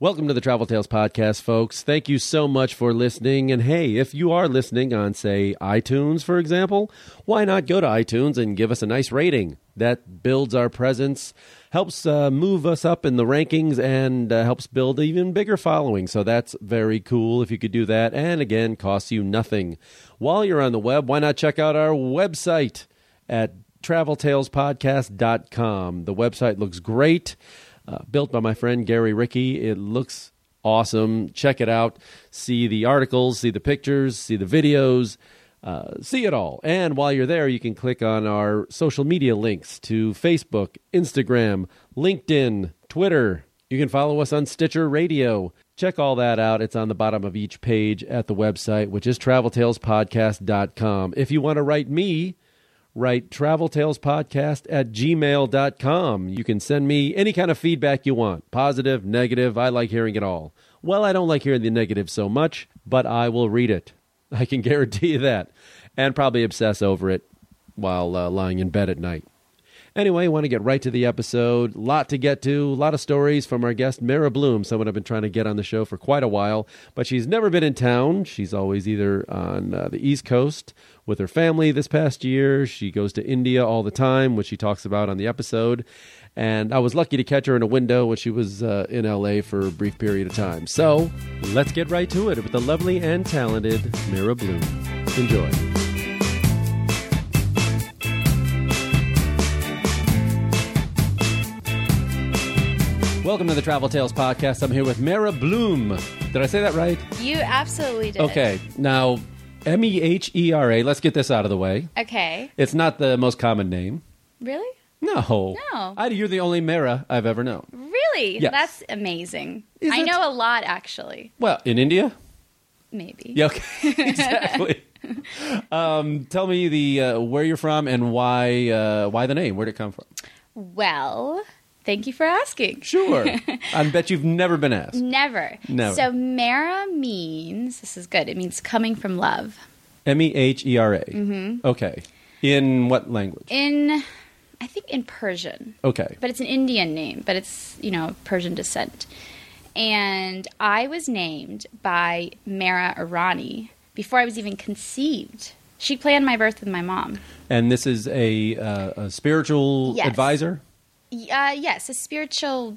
Welcome to the Travel Tales podcast, folks. Thank you so much for listening. And hey, if you are listening on, say, iTunes, for example, why not go to iTunes and give us a nice rating? That builds our presence, helps uh, move us up in the rankings, and uh, helps build even bigger following. So that's very cool if you could do that. And again, costs you nothing. While you're on the web, why not check out our website at traveltalespodcast.com? The website looks great. Uh, built by my friend Gary Ricky. It looks awesome. Check it out. See the articles, see the pictures, see the videos, uh, see it all. And while you're there, you can click on our social media links to Facebook, Instagram, LinkedIn, Twitter. You can follow us on Stitcher Radio. Check all that out. It's on the bottom of each page at the website, which is traveltalespodcast.com. If you want to write me, write traveltalespodcast at gmail.com. You can send me any kind of feedback you want positive, negative. I like hearing it all. Well, I don't like hearing the negative so much, but I will read it. I can guarantee you that. And probably obsess over it while uh, lying in bed at night. Anyway, I want to get right to the episode. Lot to get to, a lot of stories from our guest Mara Bloom, someone I've been trying to get on the show for quite a while, but she's never been in town. She's always either on uh, the East Coast with her family this past year. She goes to India all the time, which she talks about on the episode. And I was lucky to catch her in a window when she was uh, in LA for a brief period of time. So let's get right to it with the lovely and talented Mira Bloom. Enjoy. Welcome to the Travel Tales podcast. I'm here with Mara Bloom. Did I say that right? You absolutely did. Okay. Now, M E H E R A, let's get this out of the way. Okay. It's not the most common name. Really? No. No. Ida, you're the only Mara I've ever known. Really? Yes. That's amazing. Is I it? know a lot, actually. Well, in India? Maybe. Yeah, okay. exactly. um, tell me the uh, where you're from and why uh, why the name? Where'd it come from? Well, thank you for asking. Sure. I bet you've never been asked. Never. Never. So Mara means this is good. It means coming from love. M E H E R A. Mm-hmm. Okay. In what language? In I think in Persian. Okay. But it's an Indian name, but it's, you know, Persian descent. And I was named by Mara Irani before I was even conceived. She planned my birth with my mom. And this is a, uh, a spiritual Yes. advisor? Y- uh, yes, a spiritual,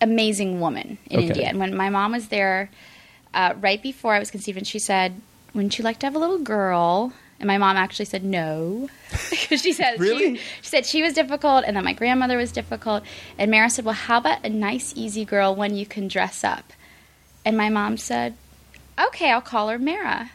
amazing woman in Okay. India. And when my mom was there, uh, right before I was conceived, and she said, "Wouldn't you like to have a little girl?" And my mom actually said no. 'Cause she said Really? she, she said she was difficult, and that my grandmother was difficult. And Mara said, "Well, how about a nice, easy girl, one you can dress up?" And my mom said, "Okay, I'll call her Mara."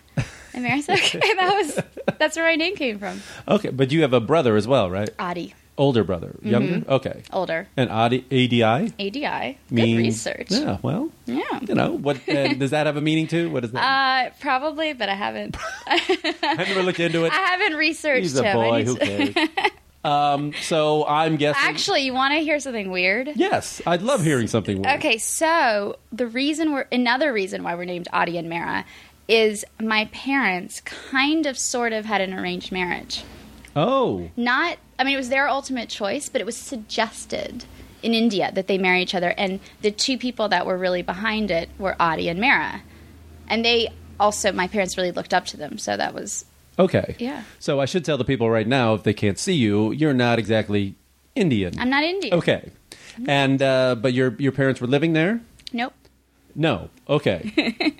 And Mara said, "Okay." And that was that's where my name came from. Okay. But you have a brother as well, right? Adi, Older brother. Mm-hmm. Younger? Okay. older, And ADI, ADI ADI. Good means. research. Yeah, well, yeah. you know, what uh, does that have a meaning too? What is that? Uh, probably, but I haven't. I've never looked into it. Uh, I haven't researched He's a him. I boy. need Who to- cares? um, so I'm guessing. Actually, you want to hear something weird? yes, I'd love hearing something. Weird. Okay, so the reason we're another reason why we're named Adi and Mara is my parents kind of sort of had an arranged marriage. Oh, Not, I mean, it was their ultimate choice, but it was suggested in India that they marry each other, and the two people that were really behind it were Adi and Mara, and they also my parents really looked up to them, so that was okay. Yeah. So I should tell the people right now if they can't see you, you're not exactly Indian. I'm not Indian. Okay. And uh, but your your parents were living there? Nope. No. Okay.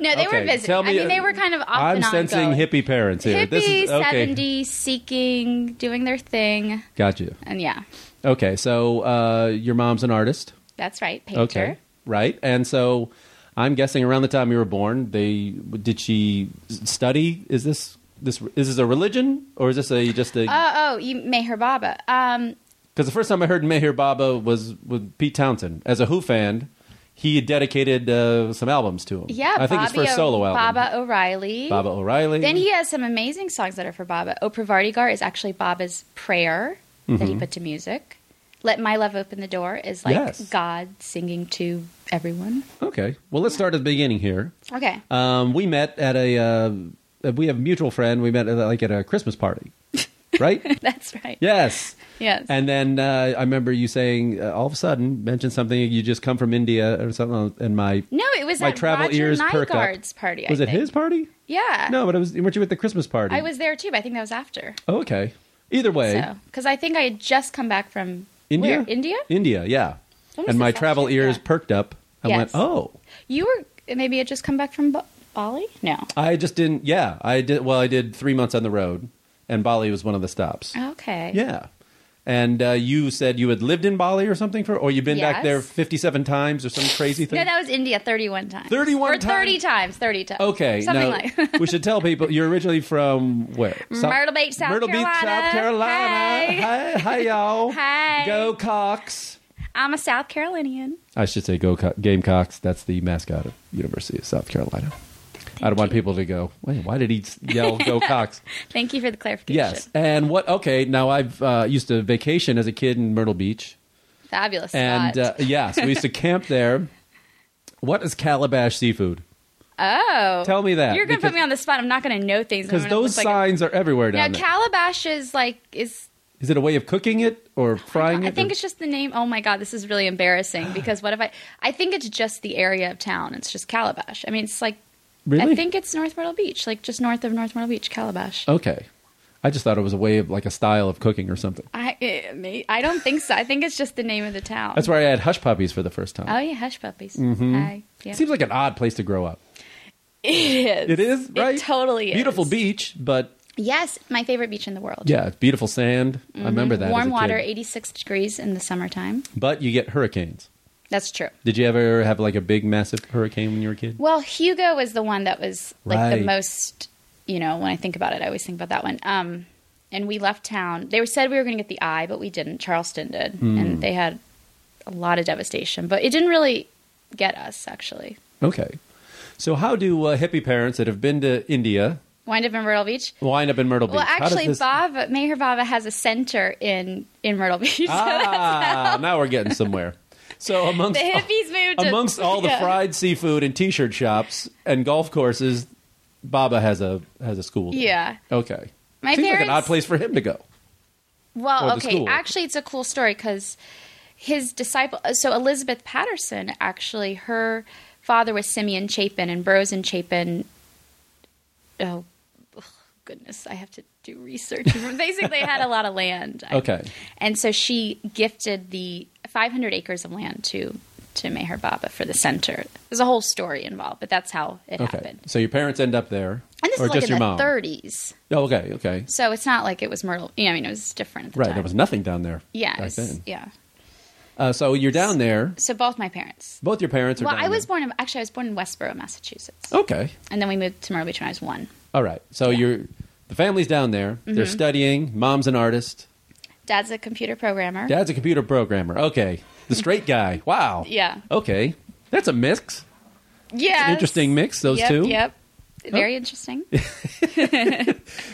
No, they were Okay, visiting. tell I me, mean, they were kind of off I'm and on. sensing going. hippie parents here. Hippie, this is okay. 70s, seeking, doing their thing. Got you. And yeah, Okay. So uh, your mom's an artist. that's right. Painter. Okay. Right. And so I'm guessing around the time you were born, they did she s- study? Is this this is this a religion or is this a just a Oh, oh, you Meher Baba. Um, because the first time I heard Meher Baba was with Pete Townsend as a Who fan. He dedicated uh, some albums to him. yeah, I think Bobby his first O- solo album. Baba O'Reilly. Baba O'Reilly. Then he has some amazing songs that are for Baba. O Pravardigar is actually Baba's prayer that Mm-hmm. he put to music. Let My Love Open the Door is like Yes. God singing to everyone. Okay. Well, let's start at the beginning here. Okay. Um, we met at a uh, we have a mutual friend. We met at, like at a Christmas party, right? That's right. Yes. Yes. And then uh, I remember you saying uh, all of a sudden mentioned something. You just come from India or something, uh, and my no, it was my at travel Roger ears perk up. Nygaard's party. I was it think. his party? Yeah. No, but it was. Weren't you at the Christmas party? I was there too, but I think that was after. Oh, okay. Either way, So, because I think I had just come back from India. where? India. India. Yeah. When was And my this travel actually? ears Yeah. perked up. I Yes. went, oh. You were maybe had just come back from Ba- Bali. No. I just didn't. Yeah, I did. Well, I did three months on the road, and Bali was one of the stops. Okay. Yeah, and uh, you said you had lived in Bali or something for, or you've been back Yes. there fifty-seven times or some crazy thing. No, that was India. Thirty-one times. 31 or thirty times? times. Thirty times. okay, Something now, like. we should tell people you're originally from where? South- Myrtle Beach, South Myrtle Beach, South Carolina. Hi, Carolina. hi, y'all. Hi. Go Cox. I'm a South Carolinian. I should say Go Co- Gamecocks. That's the mascot of University of South Carolina. I don't want people to go. Wait, why did he yell "Go Cox"? Thank you for the clarification. Yes, and what? Okay, now I've uh, used to vacation as a kid in Myrtle Beach, Fabulous. and uh, spot. yes, we used to camp there. What is Calabash seafood? oh, uh, Tell me that you're gonna because- put me on the spot. I'm not gonna know things I'm Because gonna look those like a- signs are everywhere Now, down there. Calabash is like is. Is it a way of cooking it or frying it? I think or- it's just the name. Oh my god, this is really embarrassing because what if I? I think it's just the area of town. It's just Calabash. I mean, it's like really Oh. I think it's North Myrtle Beach, like just north of North Myrtle Beach, Calabash. okay. I just thought it was a way of like a style of cooking or something. I eh, may, I don't think so. I think it's just the name of the town. That's Mm-hmm. where I had hush puppies for the first time. Oh yeah, hush puppies. Hi. Yeah. It seems like an odd place to grow up. it is. It is right. totally is. beautiful beach, but Yes, my favorite beach in the world. yeah, it's beautiful sand. I remember that. as a Mm-hmm. Warm kid. water, 86 degrees in the summertime. but you get hurricanes. That's true. Did you ever have like a big, massive hurricane when you were a kid? Well, Hugo was the one that was like Right. the most, you know, when I think about it, I always think about that one. Um, and we left town. They were said we were going to get the eye, but we didn't. Charleston did. Hmm. And they had a lot of devastation, but it didn't really get us actually. Okay. So, how do uh, hippie parents that have been to India Wind up in Myrtle Beach. wind up in Myrtle Well, Beach? How does actually, this- Bava, Mayor Bava has a center in, in Myrtle Beach. So Ah, now we're getting somewhere. So, amongst the hippies moved to- amongst all the Yeah. fried seafood and T-shirt shops and golf courses, Baba has a has a school. there. Yeah. Okay. My Seems like an parents- odd place for him to go. or Well, the okay. school. Actually, it's a cool story because his disciple, uh, so Elizabeth Patterson, actually, her father was Simeon Chapin, and Burroughs and Chapin. Oh, ugh, goodness, I have to do research. Basically, they had a lot of land. I- Okay. and so she gifted the 500 acres of land to to Meher Baba for the center. There's a whole story involved, but that's how it Okay. happened. So your parents end up there, And this or is like just in the your mom? 30s, Oh, okay. Okay. so it's not like it was Myrtle. You know, I mean, it was different at the Right. time. There was nothing down there. Yeah, it Back was- then. yeah. Uh, so you're down there. So both my parents. Both your parents are. Well, down I was there. born in actually I was born in Westboro, Massachusetts, Okay. and then we moved to Myrtle Beach when I was one. All right. So you're the family's down there. They're Mm-hmm. studying. Mom's an artist. Dad's a computer programmer. Dad's a computer programmer. Okay. The straight guy. Wow. Yeah. Okay. That's a mix. Yeah, Interesting mix, those yep, two. Oh. Yep, very interesting.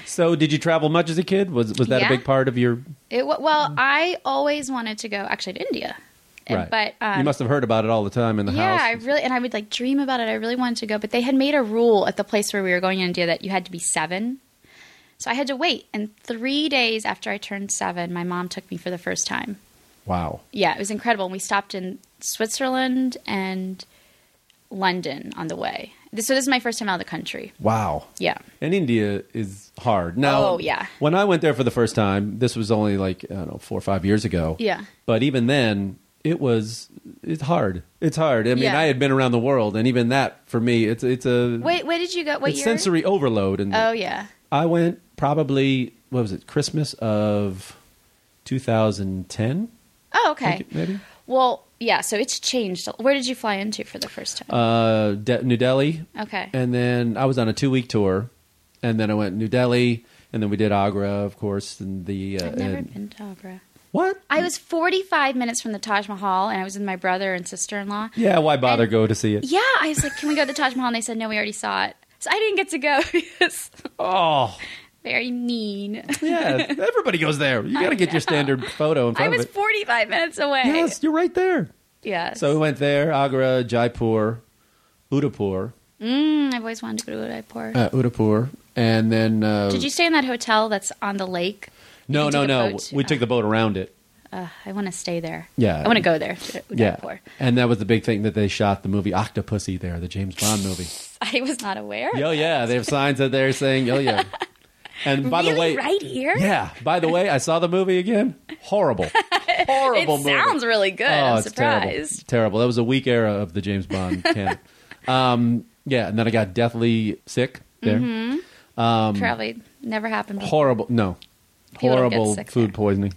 So did you travel much as a kid? Was was that a Yeah. big part of your It wa- well, I always wanted to go actually to India, And- right. but um, you must have heard about it all the time in the yeah, I house. really and I would like dream about it. I really wanted to go, but they had made a rule at the place where we were going in India that you had to be seven. So I had to wait, and three days after I turned seven, my mom took me for the first time. Wow. yeah, it was incredible. And we stopped in Switzerland and London on the way. This, so this is my first time out of the country. Wow. Yeah. And India is hard. Now, Oh, yeah. When I went there for the first time, this was only like I don't know four or five years ago. Yeah. But even then, it was it's hard. It's hard. I mean, Yeah. I had been around the world, and even that for me, it's it's a Wait, where did you go? What it's year? sensory overload. And Oh yeah. I went probably what was it Christmas of 2010 Oh okay. maybe Well, yeah. So it's changed. Where did you fly into for the first time? uh, De- New Delhi. okay. And then I was on a two week tour, and then I went to New Delhi, and then we did Agra, of course, and the uh, I've never and- been to Agra. what? I was 45 minutes from the Taj Mahal, and I was with my brother and sister-in-law. Yeah, why bother And- go to see it? Yeah, I was like, "Can we go to the Taj Mahal?" And they said, "No, we already saw it." So I didn't get to go. because Oh, very mean. yeah, everybody goes there. You got to get your standard photo in I front was of it. 45 minutes away. Yes, you're right there. Yes. So we went there, Agra, Jaipur, Udaipur, Mm, I've always wanted to go to Udaipur. uh, Udaipur, and then uh, Did you stay in that hotel that's on the lake? No, You no, took a no. boat? We took the boat around it. Uh, I want to stay there. Yeah. I want to go there. We got Yeah. poor. And that was the big thing that they shot the movie Octopussy there, the James Bond movie. I was not aware. Yo, yeah. They have signs out there saying, yo, yeah. And by really the way, right here. yeah. By the way, I saw the movie again. Horrible. It Horrible movie. sounds really good. Oh, I'm it's terrible. surprised. Terrible. That was a weak era of the James Bond canon. um, yeah, and then I got deathly sick there. Mm-hmm. Um, Probably never happened. Before. Horrible. No, People don't get horrible sick food there. poisoning,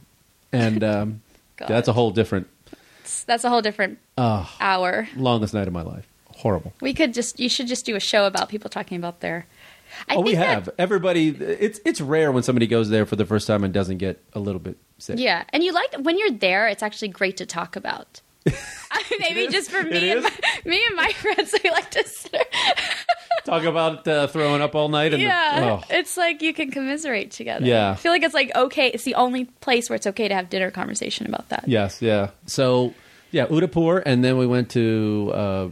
and um, God. that's a whole different That's a whole different hour. longest night of my life. Horrible. We could just. You should just do a show about people talking about their. I oh, we think that- have everybody. It's it's rare when somebody goes there for the first time and doesn't get a little bit sick. Yeah, and you like when you're there. It's actually great to talk about. I mean, Maybe is. just for It me and is. my, me and my friends, we like to sit. Talk about uh, throwing up all night. And Yeah, The, oh. it's like you can commiserate together. Yeah. I feel like it's like okay. It's the only place where it's okay to have dinner conversation about that. Yes. Yeah. So yeah, Udaipur, and then we went to uh,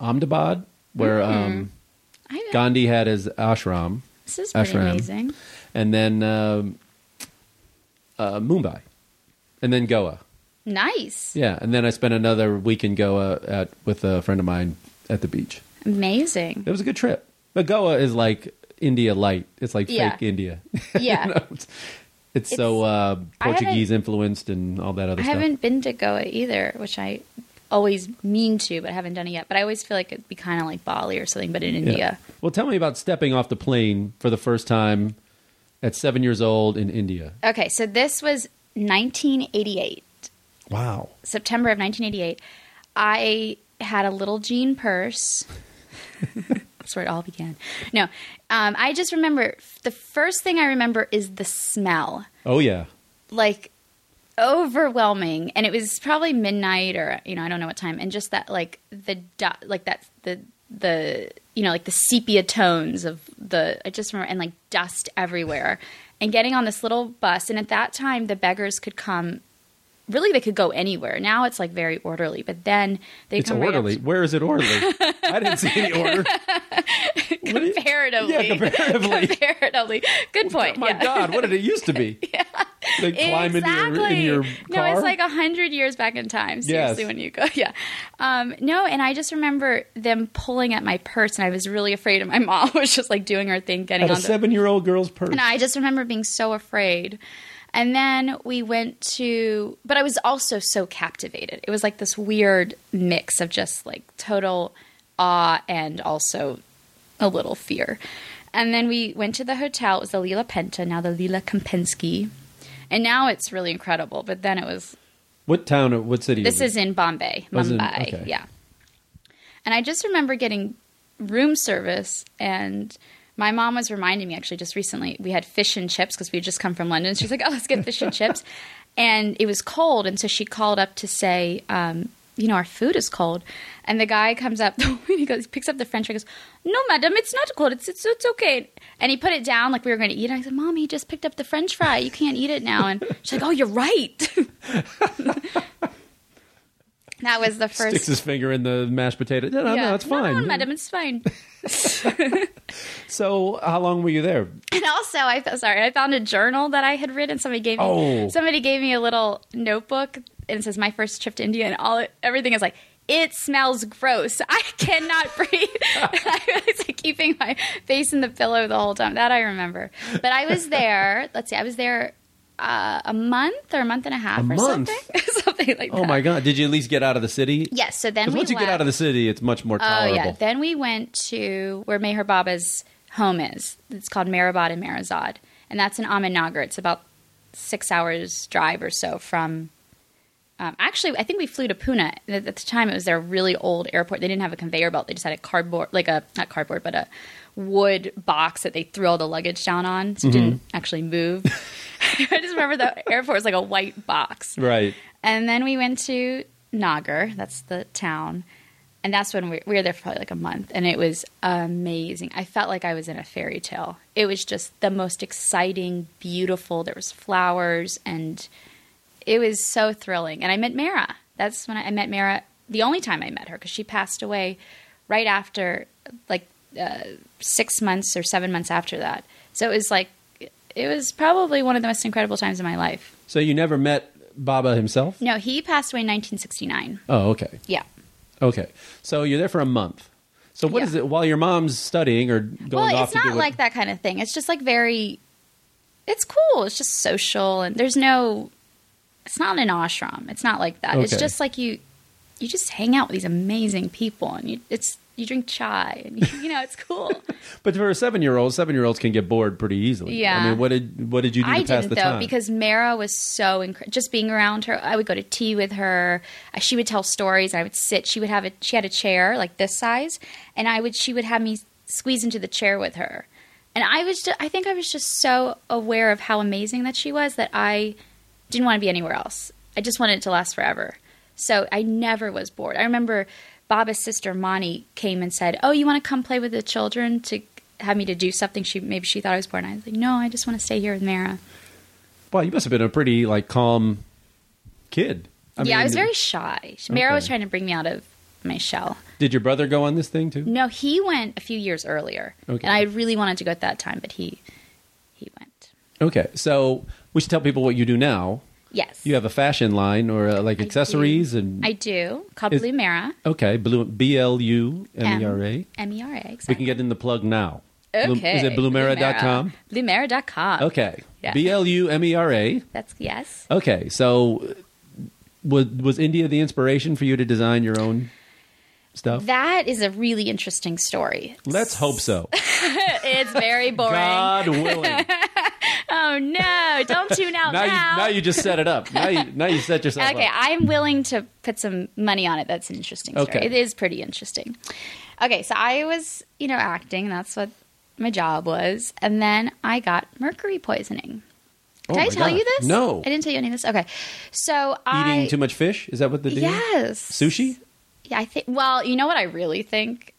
Ahmedabad, where Mm-hmm. um, I know. Gandhi had his ashram, This is pretty ashram. amazing. and then um, uh, Mumbai, and then Goa. Nice. Yeah, and then I spent another week in Goa at, with a friend of mine at the beach. Amazing. It was a good trip. But Goa is like India light. It's like Yeah. fake India. Yeah. You know, it's, it's so uh, I haven't- Portuguese influenced and all that other I stuff. haven't been to Goa either, which I always mean to, but I haven't done it yet. But I always feel like it'd be kind of like Bali or something, but in Yeah. India. Well, tell me about stepping off the plane for the first time at seven years old in India. Okay, so this was 1988, Wow. September of 1988. I had a little jean purse. That's where it all began. No, um, I just remember the first thing I remember is the smell. Oh, yeah. like overwhelming and it was probably midnight or you know i don't know what time and just that like the du- like that the the you know like the sepia tones of the i just remember and like dust everywhere and getting on this little bus and at that time the beggars could come really they could go anywhere now it's like very orderly but then they It's come orderly. right up Where is it orderly? I didn't see any order. What do you- comparatively Yeah, comparatively. comparatively good point Oh My yeah. God, what did it used to be? yeah. They climb exactly. into your, in your no, car. it's like oh a hundred years back in time. Seriously, Yes. when you go, yeah, um, no. And I just remember them pulling at my purse, and I was really afraid. And my mom was just like doing her thing, getting at a on the seven-year-old girl's purse. and I just remember being so afraid. And then we went to, but I was also so captivated. It was like this weird mix of just like total awe and also a little fear. And then we went to the hotel. It was the Lila Penta, now the Lila Kempinski. And now it's really incredible. But then it was, What town? or What city? this is in Bombay, Oh, it's in- Mumbai. okay. Yeah. And I just remember getting room service and my mom was reminding me actually just recently we had fish and chips because we had just come from London. She's like, "Oh, let's get fish and chips." And it was cold, and so she called up to say, um, "You know, our food is cold." And the guy comes up, and he goes, picks up the French, and goes, "No, madam, it's not cold. It's it's, it's okay." And he put it down like we were going to eat. And I said, "Mom, he just picked up the French fry. You can't eat it now." And she's like, "Oh, you're right." that was the first. Sticks his finger in the mashed potato. No, Oh, no, no it's fine. no, madam, it's fine. So, how long were you there? And also, I fo- sorry, I found a journal that I had written. Somebody gave me Oh. somebody gave me a little notebook, and it says my first trip to India, and all it- everything is like. It smells gross. I cannot breathe. I was like, keeping my face in the pillow the whole time. That I remember. But I was there. Let's see. I was there uh, a month or a month and a half or month? something, something like that. Oh my God! Did you at least get out of the city? Yes. So then 'Cause we once you get left. out of the city, it's much more Oh tolerable. yeah. Then we went to where Meher Baba's home is. It's called Maribod and Marizad, and that's in Ahmednagar. It's about six hours drive or so from. Um, actually, I think we flew to Pune. At at the time, it was their really old airport. They didn't have a conveyor belt. They just had a cardboard, like a not cardboard, but a wood box that they threw all the luggage down on, so it Mm-hmm. didn't actually move. I just remember the airport was like a white box. Right. And then we went to Nagar, that's the town. And that's when we, we were there for probably like a month. And it was amazing. I felt like I was in a fairy tale. It was just the most exciting, beautiful. There was flowers and it was so thrilling. And I met Mara. That's when I, I met Mara the only time I met her because she passed away right after, like uh, six months or seven months after that. So it was like it was probably one of the most incredible times of my life. So you never met Baba himself? No, he passed away in 1969. Oh, okay. Yeah. Okay. So you're there for a month. So what Yeah. is it while your mom's studying or going well, off it's to do not what- like that kind of thing. It's just like very. It's cool. It's just social, and there's no. It's not an ashram. It's not like that. It's Okay. just like you. You just hang out with these amazing people, and you it's you drink chai, and you, you know it's cool. But for a seven-year-old, seven-year-olds can get bored pretty easily. Yeah. I mean, what did what did you do to I pass didn't the though time? because Mara was so incre- just being around her. I would go to tea with her. Uh, She would tell stories. I would sit. She would have a she had a chair like this size, and I would she would have me squeeze into the chair with her. And I was just, I think I was just so aware of how amazing that she was that I didn't want to be anywhere else. I just wanted it to last forever. So I never was bored. I remember Baba's sister Moni came and said, "Oh, you want to come play with the children to have me to do something?" She maybe she thought I was bored. And I was like, "No, I just want to stay here with Mara." Wow, you must have been a pretty like calm kid. yeah, I mean, was very shy. Mara was Okay. trying to bring me out of my shell. Did your brother go on this thing too? No, he went a few years earlier, Okay. and I really wanted to go at that time, but he he went. Okay, so we should tell people what you do now. Yes, You have a fashion line or uh, like I do. accessories and I do. Called Is- Blue Mara. okay, blue B L U M E R A. M E R A. Exactly. We can get in the plug now. Blue- Okay. Is it blumera.com? Blumera.com. Okay. Yeah. B L U M E R A. That's yes. Okay, so uh, was was India the inspiration for you to design your own stuff? That is a really interesting story. Oh. Let's hope so. It's very boring. God willing. Oh no, don't tune out now, now. you, now you just set it up. Now you, now you set yourself okay, up. I'm willing to put some money on it. That's an interesting story. Okay. It is pretty interesting. Okay, so I was, you know, acting, that's what my job was, and then I got mercury poisoning. Oh Did I my tell God. you this? No. I didn't tell you any of this. Okay. So I Eating too much fish? Is that what the deal? Yes. Sushi? Yeah, I think. Well, you know what I really think.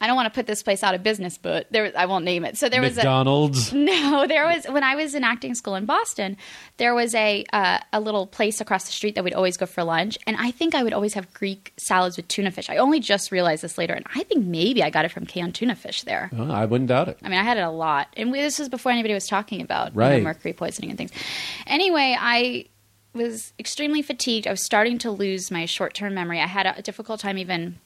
I don't want to put this place out of business, but there was, I won't name it. So there was a McDonald's. no. There was when I was in acting school in Boston, there was a uh, a little place across the street that we'd always go for lunch, and I think I would always have Greek salads with tuna fish. I only just realized this later, and I think maybe I got it from canned tuna fish there. Oh, I wouldn't doubt it. I mean, I had it a lot, and we, this was before anybody was talking about you know, Right. mercury poisoning and things. Anyway, I was extremely fatigued. I was starting to lose my short-term memory. I had a difficult time even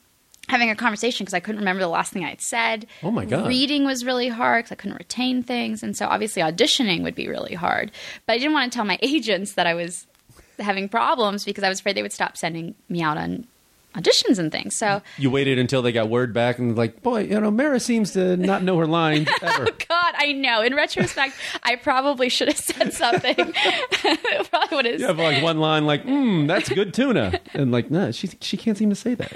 having a conversation because I couldn't remember the last thing I had said. Oh, my God. Reading was really hard because I couldn't retain things, and so obviously auditioning would be really hard. But I didn't want to tell my agents that I was having problems because I was afraid they would stop sending me out on auditions and things. So. You waited until they got word back and like, boy, you know, Mara seems to not know her lines ever. God, I know. In retrospect, I probably should have said something. probably would have. You have like one line like, mm, that's good tuna. And like, no, she, she can't seem to say that.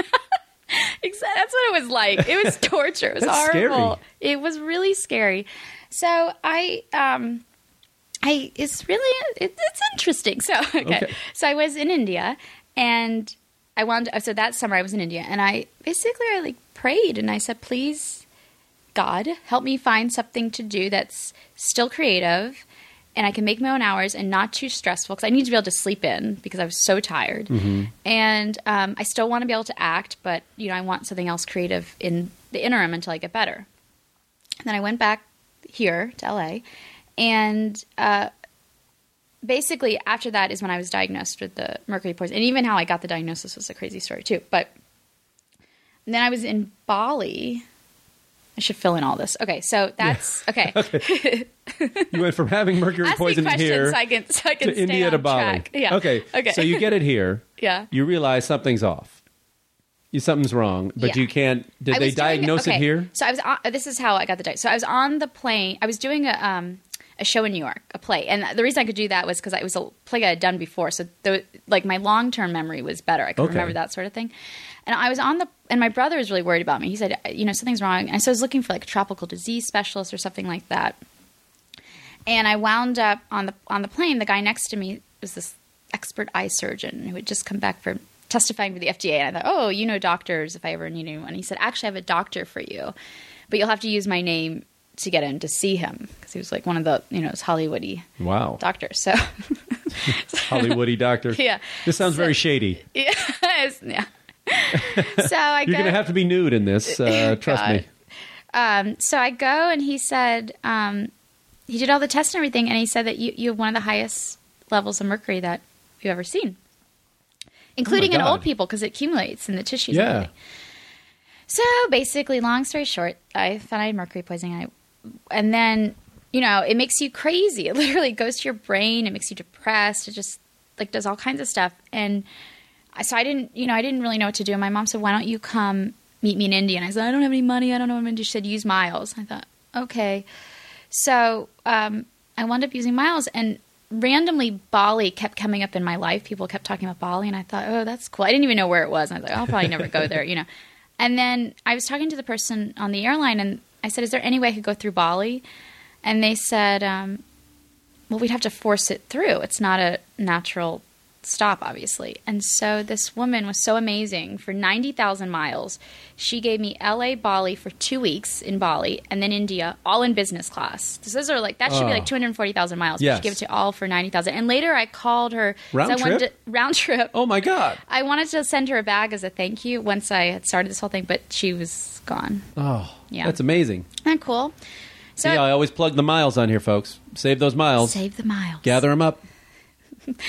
Exa- That's what it was like. It was torture. It was That's scary. horrible. It was really scary. So I, um, I it's really it, it's interesting. So okay. Okay. so I was in India and I wound so that summer I was in India and I basically I like prayed and I said, please, God, help me find something to do that's still creative and I can make my own hours and not too stressful because I need to be able to sleep in because I was so tired. And um, I still want to be able to act, but you know, I want something else creative in the interim until I get better. And then I went back here to LA, and uh, basically after that is when I was diagnosed with the mercury poisoning. And even how I got the diagnosis was a crazy story too. But and then I was in Bali. I should fill in all this. Okay, so that's okay. You went from having mercury Ask me poisoning questions here so I can so I can to stay India on to Bali. track. Yeah. Okay. Okay. So you get it here. yeah. You realize something's off. You, something's wrong, but Yeah. you can't. Did I they was doing- diagnose okay, it here? So I was. On, this is how I got the diagnosis. So I was on the plane. I was doing a um a show in New York, a play, and the reason I could do that was because it was a play I had done before. So the, like my long term memory was better. I could Okay. remember that sort of thing. And I was on the and my brother was really worried about me. He said, you know, something's wrong. And so I was looking for like a tropical disease specialist or something like that. and I wound up on the on the plane. The guy next to me was this expert eye surgeon who had just come back from testifying for the FDA. And I thought, oh, you know doctors if I ever need anyone. He said, actually, I have a doctor for you, but you'll have to use my name to get in to see him because he was like one of the you know it's Hollywoody Wow. doctors. So Hollywoody doctor. Yeah. This sounds very shady. yeah, it's- yeah. so I You're go, going to have to be nude in this. Uh, trust me. God. Um, so I go and he said, um, he did all the tests and everything, and he said that you, you have one of the highest levels of mercury that you've ever seen, including in Oh God. old people because it accumulates in the tissues. and Yeah. everything. So basically, long story short, I found I had mercury poisoning. I, and then, you know, it makes you crazy. It literally goes to your brain. It makes you depressed. It just like does all kinds of stuff. And I- so I didn't, you know, I didn't really know what to do. And my mom said, "Why don't you come meet me in India?" And I said, "I don't have any money. I don't know what I'm going to do." She said, "Use miles." I thought, okay. So um, I wound up using miles, and randomly Bali kept coming up in my life. People kept talking about Bali, and I thought, oh, that's cool. I didn't even know where it was. And I was like, I'll probably never go there, you know. And then I was talking to the person on the airline, and I said, is there any way I could go through Bali? And they said, um, well, we'd have to force it through. It's not a natural stop, obviously. And so this woman was so amazing. For 90,000 miles, she gave me LA, Bali for two weeks in Bali, and then India, all in business class. So those are like, that should be Oh. like 240,000 miles. Yes. She gave it to all for 90,000. And later I called her. 'cause Round I wanted trip? to- round trip. Oh my God. I wanted to send her a bag as a thank you once I had started this whole thing, but she was gone. Oh, Yeah. that's amazing. Isn't that cool? So See, I always plug the miles on here, folks. Save those miles. save the miles. Gather them up.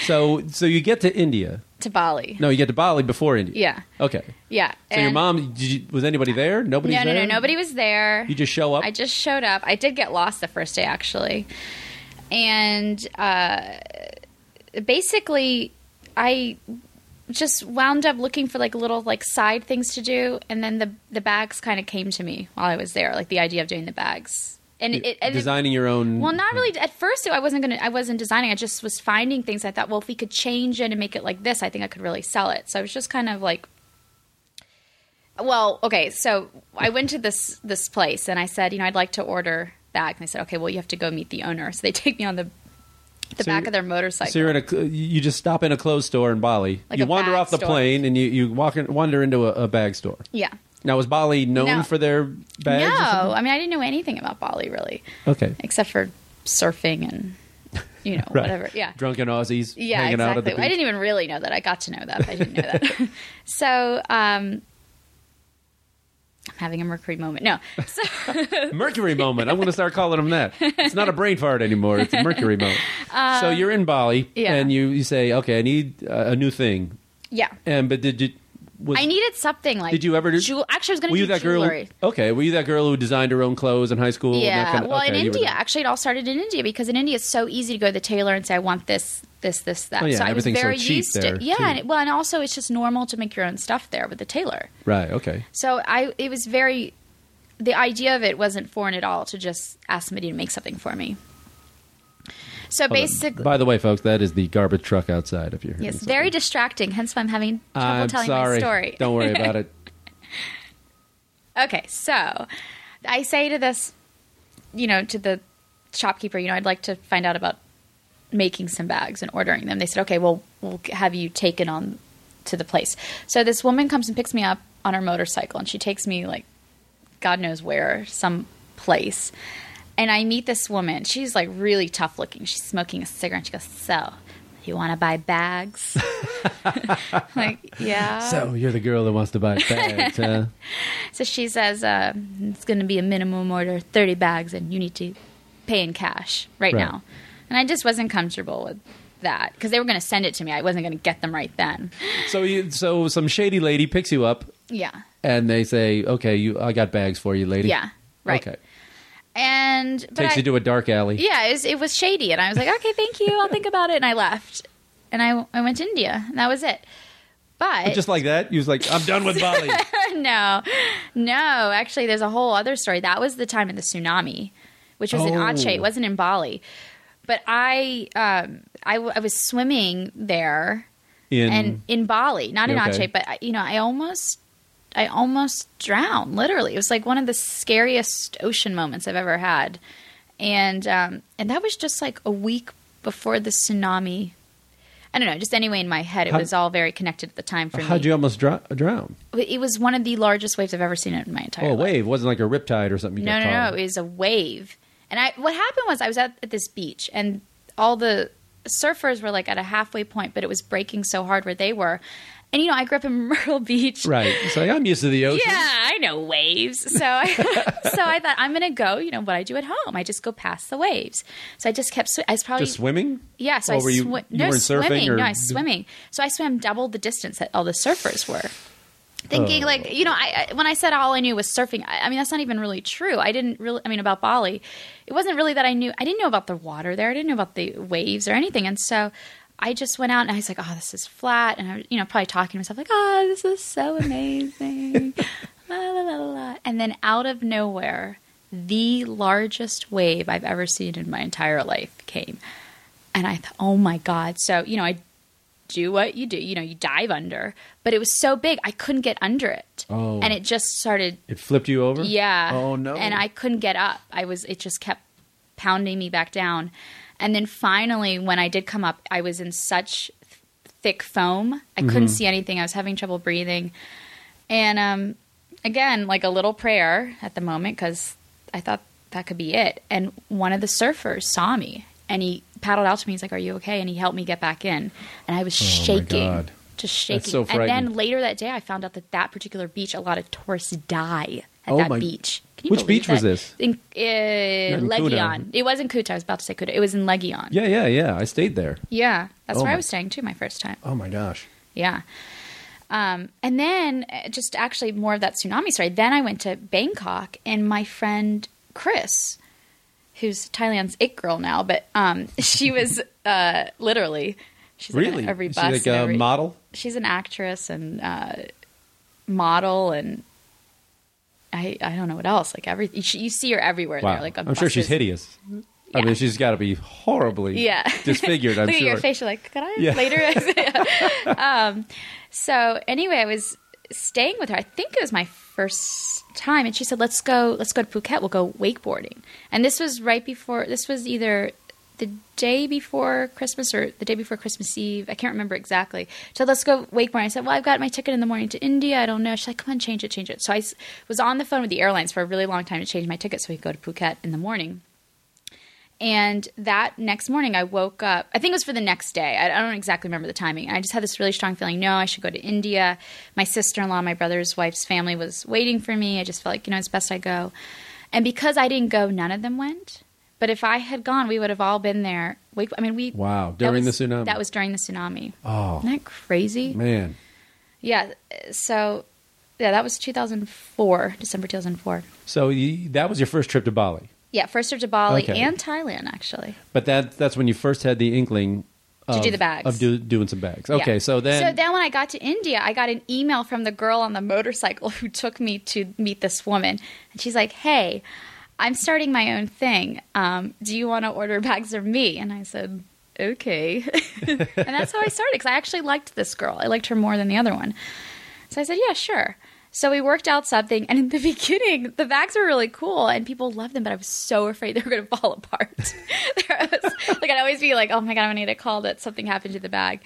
so, so you get to India. To Bali. No, you get to Bali before India. Yeah. Okay. Yeah. So your and- mom, did you, was anybody there? Nobody. No, no, there? no. Nobody was there. You just show up. I just showed up. I did get lost the first day, actually. And uh, basically, I just wound up looking for like little like side things to do and then the the bags kind of came to me while I was there like the idea of doing the bags and it, it, and it designing your own. well, not really. At first, I wasn't gonna. I wasn't designing. I just was finding things. I thought, well, if we could change it and make it like this, I think I could really sell it. So I was just kind of like, well, okay. So I went to this this place and I said, you know, I'd like to order that. And they said, okay, well, you have to go meet the owner. So they take me on the So the back you're- of their motorcycle. So you're in a, cl- you just stop in a clothes store in Bali. Like you a wander bag off the store. plane and you you walk in, wander into a, a bag store. yeah. Now, is Bali known No. for their bags? or No, I mean, I didn't know anything about Bali really, something? Okay. except for surfing and you know Right. whatever. Yeah. Drunken Aussies yeah, hanging exactly. out at the beach. I didn't even really know that. I got to know that. But I didn't know that. so um, I'm having a mercury moment. No, so Mercury moment. I'm going to start calling them that. It's not a brain fart anymore. It's a Mercury moment. so you're in Bali, Uh, yeah. and you, you say, "Okay, I need uh, a new thing." yeah, And but did you? Was, I needed something like. Did you ever do- jewel- Actually, I was going Were to you do that jewelry. girl? Okay, were you that girl who designed her own clothes in high school? and that Yeah, kind of- well, okay, in you were India, that- actually, it all started in India because in India it's so easy to go to the tailor and say, "I want this, this, this, that." Oh, yeah, so I was everything's so very cheap used there, to. Yeah, too. and it- well, and also it's just normal to make your own stuff there with the tailor. right? Okay, So I, it was very, the idea of it wasn't foreign at all to just ask somebody to make something for me. So Hold on. basically, By the way, folks, that is the garbage truck outside. If you're hearing yes, something. very distracting. Hence why I'm having trouble I'm telling sorry. my story. Don't worry about it. Okay, so I say to this, you know, to the shopkeeper, you know, I'd like to find out about making some bags and ordering them. They said, okay, well, we'll have you taken on to the place. So this woman comes and picks me up on her motorcycle, and she takes me like God knows where, some place. And I meet this woman. She's like really tough looking. She's smoking a cigarette. She goes, so. You want to buy bags? like, yeah. So you're the girl that wants to buy bags, huh? So she says uh, it's going to be a minimum order, thirty bags, and you need to pay in cash right, Right. now. And I just wasn't comfortable with that because they were going to send it to me. I wasn't going to get them right then. so you, so some shady lady picks you up, Yeah, and they say, "Okay, you, I got bags for you, lady." yeah, right. Okay. And but Takes I- you to a dark alley. yeah, it was, it was shady, and I was like, okay, thank you, I'll think about it, and I left, and I I went to India, and that was it. But Just like that, he was like, "I'm done with Bali." no, no. Actually, there's a whole other story. That was the time of the tsunami, which was in Oh. Aceh. It wasn't in Bali. But I, um, I, w- I was swimming there In and in Bali, not in Okay. Aceh, but I- you know, I almost, I almost drowned. Literally, it was like one of the scariest ocean moments I've ever had, and um, and that was just like a week before the tsunami. I don't know. Just anyway, in my head, it How- was all very connected at the time for me how'd you almost dr- drown? it was one of the largest waves I've ever seen in my entire Oh, a life. wave It wasn't like a riptide or something. you No, got no, caught no. in. It was a wave. And I what happened was I was at, at this beach and all the surfers were like at a halfway point, but it was breaking so hard where they were. And you know, I grew up in Myrtle Beach. Right. So I'm used to the ocean. Yeah, I know waves. So, I, so I thought I'm gonna go. You know what I do at home? I just go past the waves. So I just kept. Sw- I was probably Just swimming? Yeah, so Or I were you- swi- you no weren't surfing swimming. or- No, I was swimming. So I swam double the distance that all the surfers were. Thinking Oh. like you know, I, I when I said all I knew was surfing, I, I mean that's not even really true. I didn't really, I mean about Bali, it wasn't really that I knew. I didn't know about the water there. I didn't know about the waves or anything. And so I just went out and I was like, oh, this is flat. And I, was, you know, probably talking to myself like, oh, this is so amazing. la, la, la, la, la. And then out of nowhere, the largest wave I've ever seen in my entire life came. And I thought, oh my God. So, you know, I do what you do, you know, you dive under, but it was so big, I couldn't get under it. Oh. And it just started, It flipped you over? yeah. Oh, no. And I couldn't get up. I was, it just kept pounding me back down. And then finally, when I did come up, I was in such th- thick foam. I Mm-hmm. couldn't see anything. I was having trouble breathing. And um, again, like a little prayer at the moment because I thought that could be it. And one of the surfers saw me and he paddled out to me. He's like, Are you okay? And he helped me get back in. And I was shaking. Oh, God. Just shaking. so and then frightening. later that day, I found out that that particular beach, a lot of tourists die at Oh that my- beach. Can you Which believe beach was that? this? In, uh, in Kuta. Legion. It wasn't Kuta. I was about to say Kuta. It was in Legion. Yeah, yeah, yeah. I stayed there. Yeah, that's Oh where my- I was staying too my first time. Oh, my gosh. Yeah. Um, and then uh, just actually more of that tsunami story. Then I went to Bangkok and my friend Chris, who's Thailand's it girl now, but um, she was uh, literally she's like on Really? every Is bus. she like and a every- model? She's an actress and uh, model and. I, I don't know what else like everything she, you see her everywhere Wow. They're like on I'm sure she's buses. hideous. I mean, she's got to be horribly Yeah. disfigured, I'm Look sure. at your face. You're like, could I Yeah. later? um, so anyway, I was staying with her. I think it was my first time, and she said, "Let's go. Let's go to Phuket. We'll go wakeboarding." And this was right before. This was either the day before Christmas or the day before Christmas Eve. I can't remember exactly. So let's go wakeboarding. I said, "Well, I've got my ticket in the morning to India. I don't know." She's like, "Come on, change it, change it." So I s- was on the phone with the airlines for a really long time to change my ticket so we could go to Phuket in the morning. And that next morning, I woke up. I think it was for the next day. I, I don't exactly remember the timing. I just had this really strong feeling no, I should go to India. My sister in law, my brother's wife's family was waiting for me. I just felt like, you know, it's best I go. And because I didn't go, none of them went. But if I had gone, we would have all been there. Wake, I mean, we. Wow, that during was- the tsunami. That was during the tsunami. Oh. Isn't that crazy? Man. Yeah. So, yeah, that was 2004, December 2004. So you, that was your first trip to Bali. Yeah, first trip to Bali Okay. and Thailand, actually. But that that's when you first had the inkling To of, do the bags. of do, doing some bags. Okay, Yeah. so then So then when I got to India, I got an email from the girl on the motorcycle who took me to meet this woman. And she's like, hey, I'm starting my own thing. Um, do you want to order bags of me? And I said, okay. and that's how I started because I actually liked this girl. I liked her more than the other one. So I said, yeah, sure. So we worked out something. And in the beginning, the bags were really cool and people loved them, but I was so afraid they were going to fall apart. There was, like, I'd always be like, oh my God, I'm going to get a call that something happened to the bag.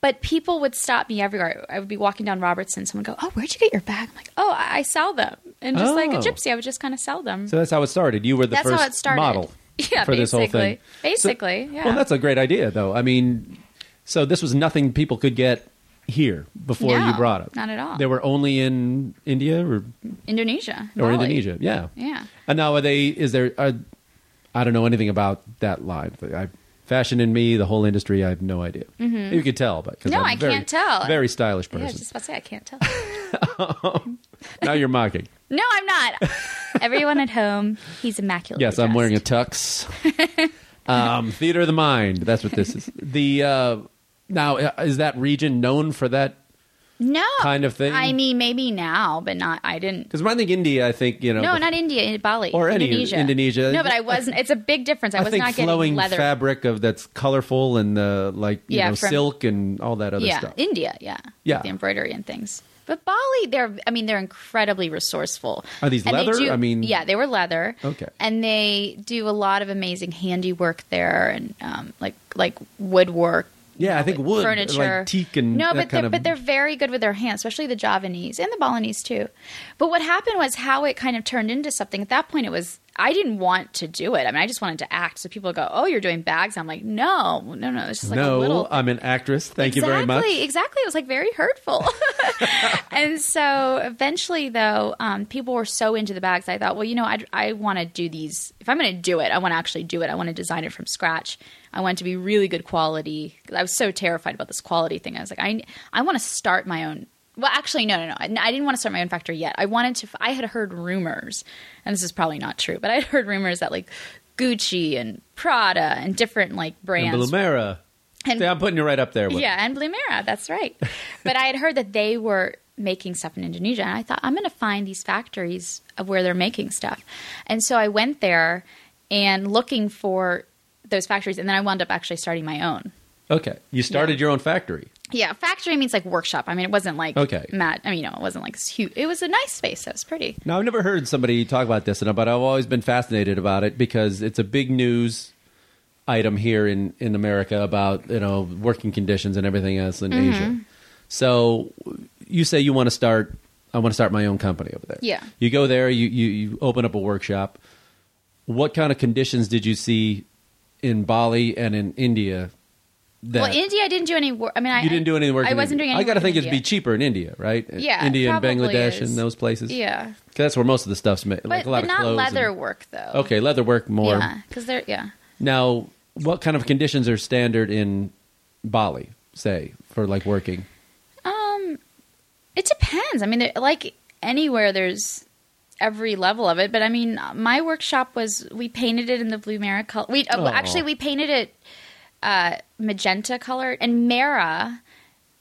But people would stop me everywhere. I would be walking down Robertson. Someone would go, oh, where'd you get your bag? I'm like, oh, I, I sell them. And just like a Oh. gypsy, I would just kind of sell them. So that's how it started. You were the That's how first it started. model Yeah, for this whole thing. So- basically. Basically, yeah. Well, that's a great idea, though. I mean, so this was nothing people could get here before you No, brought it. not at all. They were only in India or, Indonesia. or Bali. Indonesia. Yeah. Yeah. And now are they? Is there? Are, I don't know anything about that line. I fashion in me, the whole industry. I have no idea. You could tell, but 'cause Mm-hmm. No, I'm I very- can't tell. Very stylish Yeah, I person. was just about to say, I can't tell. now you're mocking. no, I'm not. Everyone at home, he's immaculately Yes, I'm wearing a dressed. tux. um, Theater of the Mind. That's what this is. The uh, now uh, is that region known for that? no kind of thing? Oh, I mean, maybe now, but not. I didn't. Because when I think India, I think you know. No, the- not India, in Bali, Or any- Indonesia. Indonesia. No, but I wasn't. It's a big difference. I, I was think not flowing getting leather. fabric of that's colorful and the like, you Yeah, know, from- silk and all that other yeah, stuff. India. Yeah, Yeah. the embroidery and things. But Bali, they're. I mean, they're incredibly resourceful. Are these And they leather? do- I mean- yeah, they were leather. Okay. And they do a lot of amazing handiwork there, and um, like like woodwork. Yeah, I think wood, furniture, like teak and no, that but kind they're, of- but they're very good with their hands, especially the Javanese and the Balinese too. But what happened was how it kind of turned into something. At that point, it was I didn't want to do it. I mean, I just wanted to act. So people go, "Oh, you're doing bags." I'm like, "No, no, no." It's just like a no, little. I'm an actress. Thank you very much. Exactly, exactly. It was like very hurtful. and so eventually, though, um, people were so into the bags. I thought, well, you know, I'd, I want to do these. If I'm going to do it, I want to actually do it. I want to design it from scratch. I want it to be really good quality. 'Cause I was so terrified about this quality thing. I was like, I, I want to start my own. Well, actually, no, no, no. I- I didn't want to start my own factory yet. I wanted to. I had heard rumors, and this is probably not true, but I had heard rumors that like Gucci and Prada and different like And brands Blumera. And- Yeah, I'm putting you right up there. With yeah, and Blumera, that's right. but I had heard that they were making stuff in Indonesia, and I thought I'm going to find these factories of where they're making stuff. And so I went there and looking for those factories, and then I wound up actually starting my own. Okay. You started your own factory. Yeah, factory means like workshop. I mean, it wasn't like Okay. Matt. I mean, you know, it wasn't like this huge. It was a nice space. It was pretty. Now, I've never heard somebody talk about this, and but I've always been fascinated about it because it's a big news item here in, in America about you know working conditions and everything else in Mm-hmm. Asia. So you say you want to start. I want to start my own company over there. Yeah. You go there. You, you you open up a workshop. What kind of conditions did you see in Bali and in India? That well, India, I didn't do any work. I mean, I you didn't do any work. I in wasn't India. doing any. I got to work in think it'd be India. cheaper in India, right? Yeah, India and probably Bangladesh is. and those places. Yeah, Cause that's where most of the stuff's made. but, like a lot but of not clothes. and- leather work though. okay, leather work more. Yeah, because they're yeah. Now, what kind of conditions are standard in Bali, say, for like working? Um, it depends. I mean, there- like anywhere, there's every level of it. But I mean, my workshop was we painted it in the blue Mara color. We uh, Oh. actually we painted it uh, magenta color, and Mara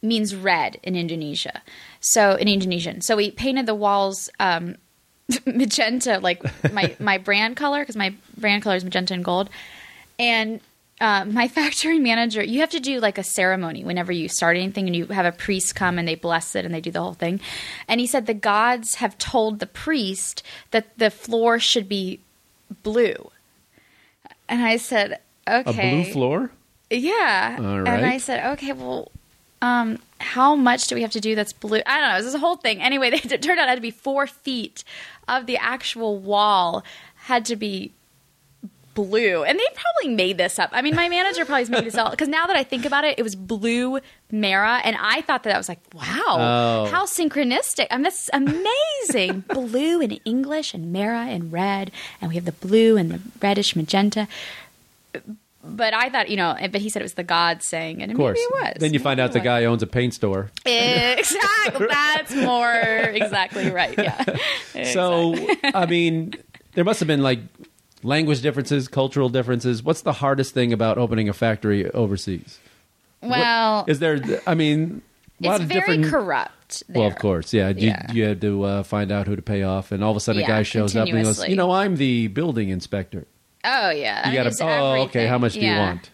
means red in Indonesia. So in Indonesian, so we painted the walls um, magenta, like my my brand color, because my brand color is magenta and gold, and. Uh, my factory manager, you have to do like a ceremony whenever you start anything, and you have a priest come and they bless it and they do the whole thing. And he said the gods have told the priest that the floor should be blue. And I said, A okay. blue floor? Yeah. All And I right. said, okay, well, um, how much do we have to do that's blue? I don't know. It was this whole thing. Anyway, they, it turned out it had to be four feet of the actual wall had to be blue. And they probably made this up. I mean, my manager probably made this up because now that I think about it, it was blue Mara. And I thought that I was like, wow, Oh. how synchronistic. I mean, that's amazing. blue in English and Mara in red. And we have the blue and the reddish magenta. But I thought, you know, eh, but he said it was the God saying, and Of course. maybe it was. Then you find out the Maybe it guy owns a paint store. was. Exactly. That's more exactly right. Yeah. So, I mean, there must have been like language differences, cultural differences. What's the hardest thing about opening a factory overseas? What- well, is there? I mean, a lot Oh. it's of very different. corrupt. There. Well, of course, yeah. You, Yeah. you had to uh, find out who to pay off, and all of a sudden, a Yeah, guy shows up and he goes, continuously. "You know, I'm the building inspector." Oh yeah. I You mean, got it's to. Oh, okay. everything. How much do you Yeah. want?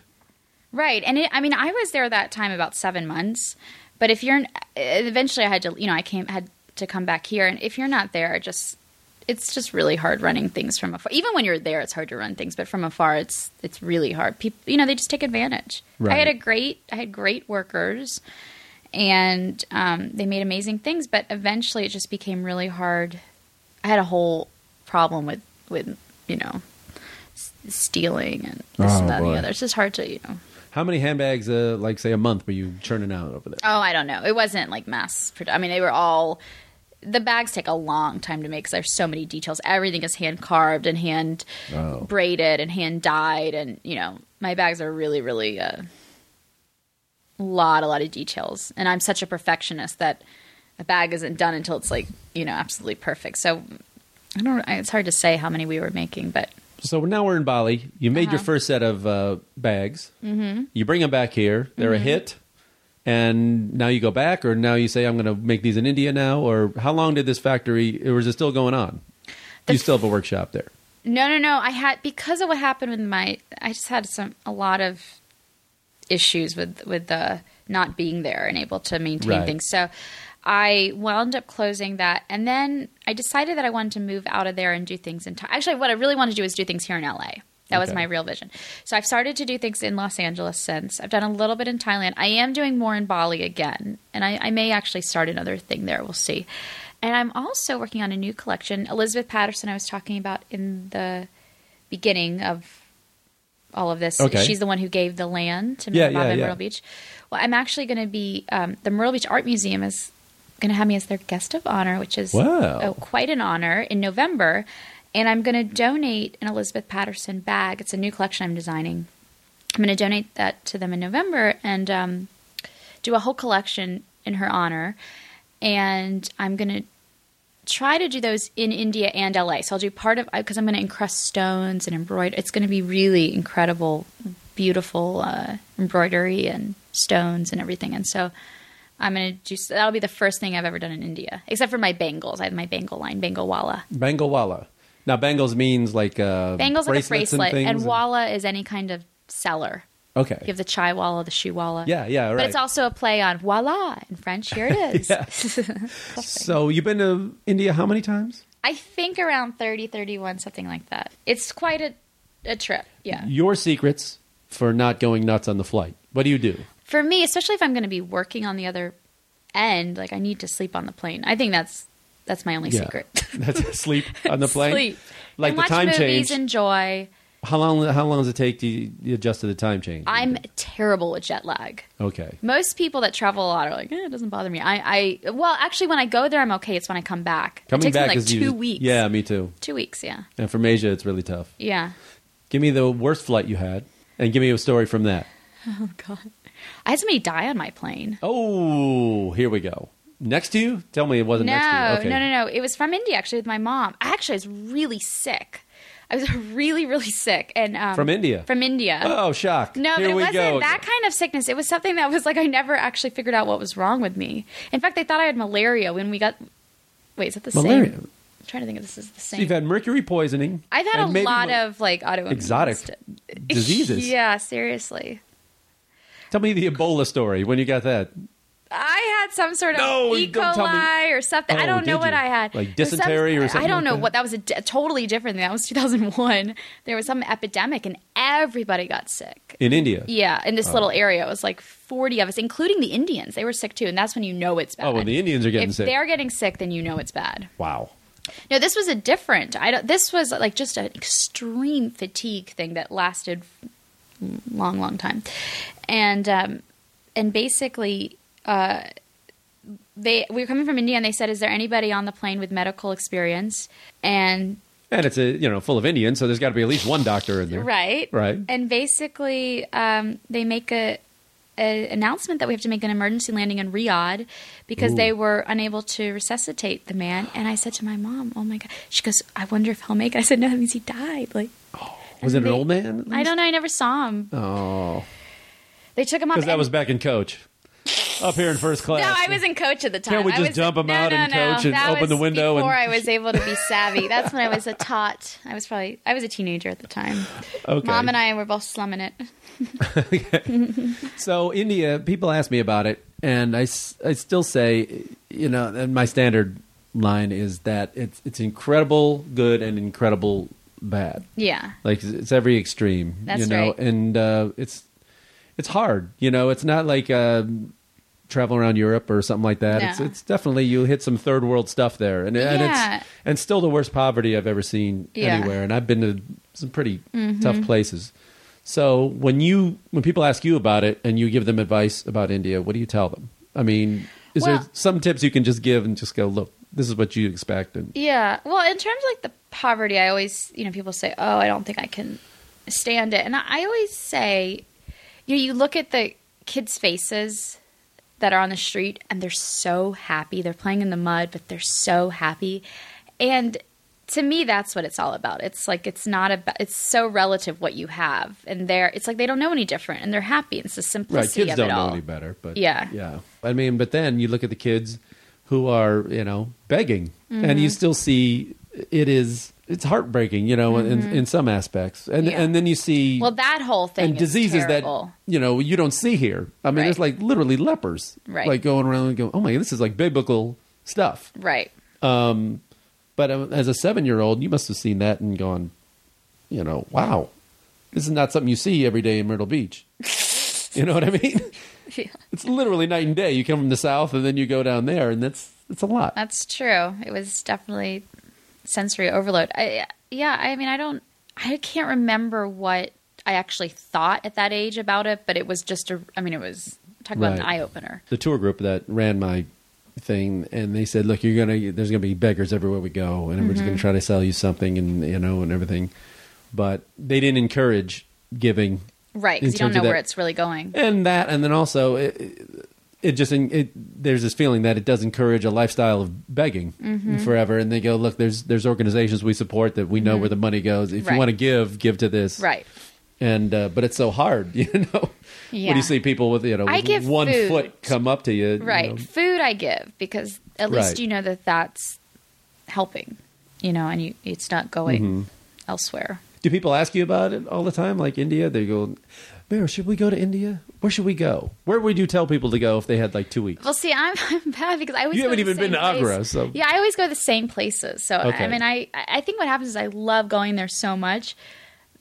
Right. And it, I mean, I was there that time about seven months. But if you're, eventually I had to, you know, I came, had to come back here. And if you're not there, it just, it's just really hard running things from afar. Even when you're there, it's hard to run things, but from afar, it's, it's really hard. People, you know, they just take advantage. I Right. had a great, I had great workers and um, they made amazing things, but eventually it just became really hard. I had a whole problem with, with, you know, s- stealing and this Oh, and that and boy. the other. It's just hard to, you know, How many handbags, uh, like say a month, were you churning out over there? Oh, I don't know. It wasn't like mass production. I mean, they were all. The bags take a long time to make because there's so many details. Everything is hand carved and hand Oh. braided and hand dyed, and you know my bags are really, really a uh, lot, a lot of details. And I'm such a perfectionist that a bag isn't done until it's like you know absolutely perfect. So I don't. It's hard to say how many we were making, but So now we're in Bali. You made Uh-huh. your first set of uh, bags. Mm-hmm. You bring them back here. They're Mm-hmm. a hit, and now you go back, or now you say, "I'm going to make these in India now." Or how long did this factory, or is it still going on? The you still have a workshop there. No, no, no. I had because of what happened with my. I just had some a lot of issues with with the not being there and able to maintain Right. things. So I wound up closing that, and then I decided that I wanted to move out of there and do things in. Th- Actually, what I really wanted to do is do things here in LA. That was Okay. my real vision. So I've started to do things in Los Angeles since. I've done a little bit in Thailand. I am doing more in Bali again, and I, I may actually start another thing there. We'll see. And I'm also working on a new collection. Elizabeth Patterson, I was talking about in the beginning of all of this. Okay. She's the one who gave the land to Yeah, Bob yeah, and yeah. Myrtle Beach. Well, I'm actually going to be, um, the Myrtle Beach Art Museum is going to have me as their guest of honor, which is Wow. uh, quite an honor in November. And I'm going to donate an Elizabeth Patterson bag. It's a new collection I'm designing. I'm going to donate that to them in November and um, do a whole collection in her honor. And I'm going to try to do those in India and LA. So I'll do part of because I'm going to encrust stones and embroider. It's going to be really incredible, beautiful uh, embroidery and stones and everything. And so I'm going to do so that'll be the first thing I've ever done in India, except for my bangles. I have my bangle line, bangle walla. Bangalwala. Now, bangles means like uh, Bangles like a bracelets bracelet, things and, walla is any kind of seller. Okay. You have the chai walla, the shoe walla. yeah, yeah, right. But it's also a play on voila in French. Here it is. so you've been to India how many times? I think around 30, 31, something like that. It's quite a, a trip. Yeah. Your secrets for not going nuts on the flight. What do you do? For me, especially if I'm going to be working on the other end, like I need to sleep on the plane. I think that's that's my only Yeah. secret. That's sleep on the plane. sleep. Like and the watch time movies, change. enjoy. How long? How long does it take to you adjust to the time change? I'm terrible with jet lag. okay. Most people that travel a lot are like, eh, it doesn't bother me. I, I, well, actually, when I go there, I'm okay. It's when I come back. Coming it takes me back like is two usually- weeks. Yeah, me too. two weeks. Yeah, And from Asia, it's really tough. yeah. Give me the worst flight you had, and give me a story from that. Oh God, I had somebody die on my plane. Oh, here we go. Next to you? Tell me it wasn't no, next to you. Okay. No, no, no. It was from India actually with my mom. I actually was really sick. I was really, really sick. And um, From India? From India. Oh, shock. no, here but it we wasn't go. that kind of sickness. It was something that was like I never actually figured out what was wrong with me. In fact, they thought I had malaria when we got. Wait, is that the Malaria? same? I'm trying to think if this is the same. You've had mercury poisoning. I've had and a maybe lot mo- of like autoimmune exotic st- diseases. yeah, seriously. Tell me the Ebola story when you got that. I had some sort of No, E. you don't tell me. coli or something. Oh, I don't know did what you? I had. Like There was some- dysentery or something I like don't know that? what that was. A d- totally different. That was 2001. There was some epidemic and everybody got sick. In India. Yeah, in Oh. this little area, it was like 40 of us, including the Indians. They were sick too, and that's when you know it's bad. Oh, when the Indians are getting if sick. they're getting sick, then you know it's bad. Wow. No, this was a different. I don't, this was like just an extreme fatigue thing that lasted mm, long, long time, and um, and basically, uh, they we were coming from India, and they said, "Is there anybody on the plane with medical experience?" And And it's a you know full of Indians, so there's got to be at least one doctor in there. right, Right. and basically, um, they make a. a announcement that we have to make an emergency landing in Riyadh because Ooh. they were unable to resuscitate the man. And I said to my mom, "Oh my god!" She goes, "I wonder if he'll make it." I said, "No, that means he died." Like Was it an They- old man? at I least? don't know. I never saw him. Oh, They took him off. because that and- was back in coach, up here in first class. no, I was in coach at the time. Can't we I just was- dump 'em no, out no, in no. coach and That open was the window and- Before I was able to be savvy. That's when I was a tot. I was probably I was a teenager at the time. Okay. Mom and I were both slumming it. So India, people ask me about it, and I, s- I still say, you know, and my standard line is that it's it's incredible good and incredible bad. Yeah. Like it's- it's every extreme, That's you know, right. and uh, it's it's hard, you know. It's not like uh, travel around Europe or something like that. It's No. it's definitely you hit some third world stuff there, and and Yeah. it's and still the worst poverty I've ever seen Yeah. Mm-hmm. anywhere. And I've been to some pretty tough places. So when you when people ask you about it and you give them advice about India, what do you tell them? I mean, is there Well- some tips you can just give and just go look? This is what you expect, and Yeah. Well, in terms of like the poverty, I always, you know, people say, "Oh, I don't think I can stand it," and I, I always say, you know, you look at the kids' faces that are on the street, and they're so happy. They're playing in the mud, but they're so happy, and to me that's what it's all about it's like it's not about it's so relative what you have and they're it's like they don't know any different and they're happy it's the right? simplicity Kids of don't it all know any better, but Yeah. yeah. I mean, but then you look at the kids who are you know begging, and Mm-hmm. you still see it is it's heartbreaking, you know, in, in some aspects, and Mm-hmm. Yeah. and then you see well that whole thing and is diseases terrible. that you know you don't see here. I mean, Right. there's like literally lepers, Right. Like going around and going, oh my, this is like biblical stuff. right But um, as a seven year old, you must have seen that and gone, you know, wow, this is not something you see every day in Myrtle Beach. you know what I mean? Yeah. It's literally night and day. You come from the south and then you go down there, and that's it's a lot. That's true. It was definitely sensory overload. I, yeah, I mean, I don't, I can't remember what I actually thought at that age about it, but it was just a, I mean, it was, talk about an Right. eye opener. the tour group that ran my thing and they said look you're gonna there's gonna be beggars everywhere we go and we're just gonna try to sell you something and you know and everything but they didn't encourage giving Right. In Because you don't terms of know where that- it's really going. and that and then also it, it just it, there's this feeling that it does encourage a lifestyle of begging forever and they go look there's there's organizations we support that we know where the money goes if Right. you want to give give to this Right. and uh, but it's so hard you know when Yeah. you see people with you know I with give one food. foot come up to you you Right. know, Food I give because at Right. least you know that that's helping, you know, and you, it's not going Mm-hmm. elsewhere. Do people ask you about it all the time? Like India, they go, Mayor, should we go to India? Where should we go? Where would you tell people to go if they had like two weeks? Well, see, I'm, I'm bad because I always You go haven't to the even been same to Agra, place. so- yeah, I always go to the same places. So Okay. I mean, I I think what happens is I love going there so much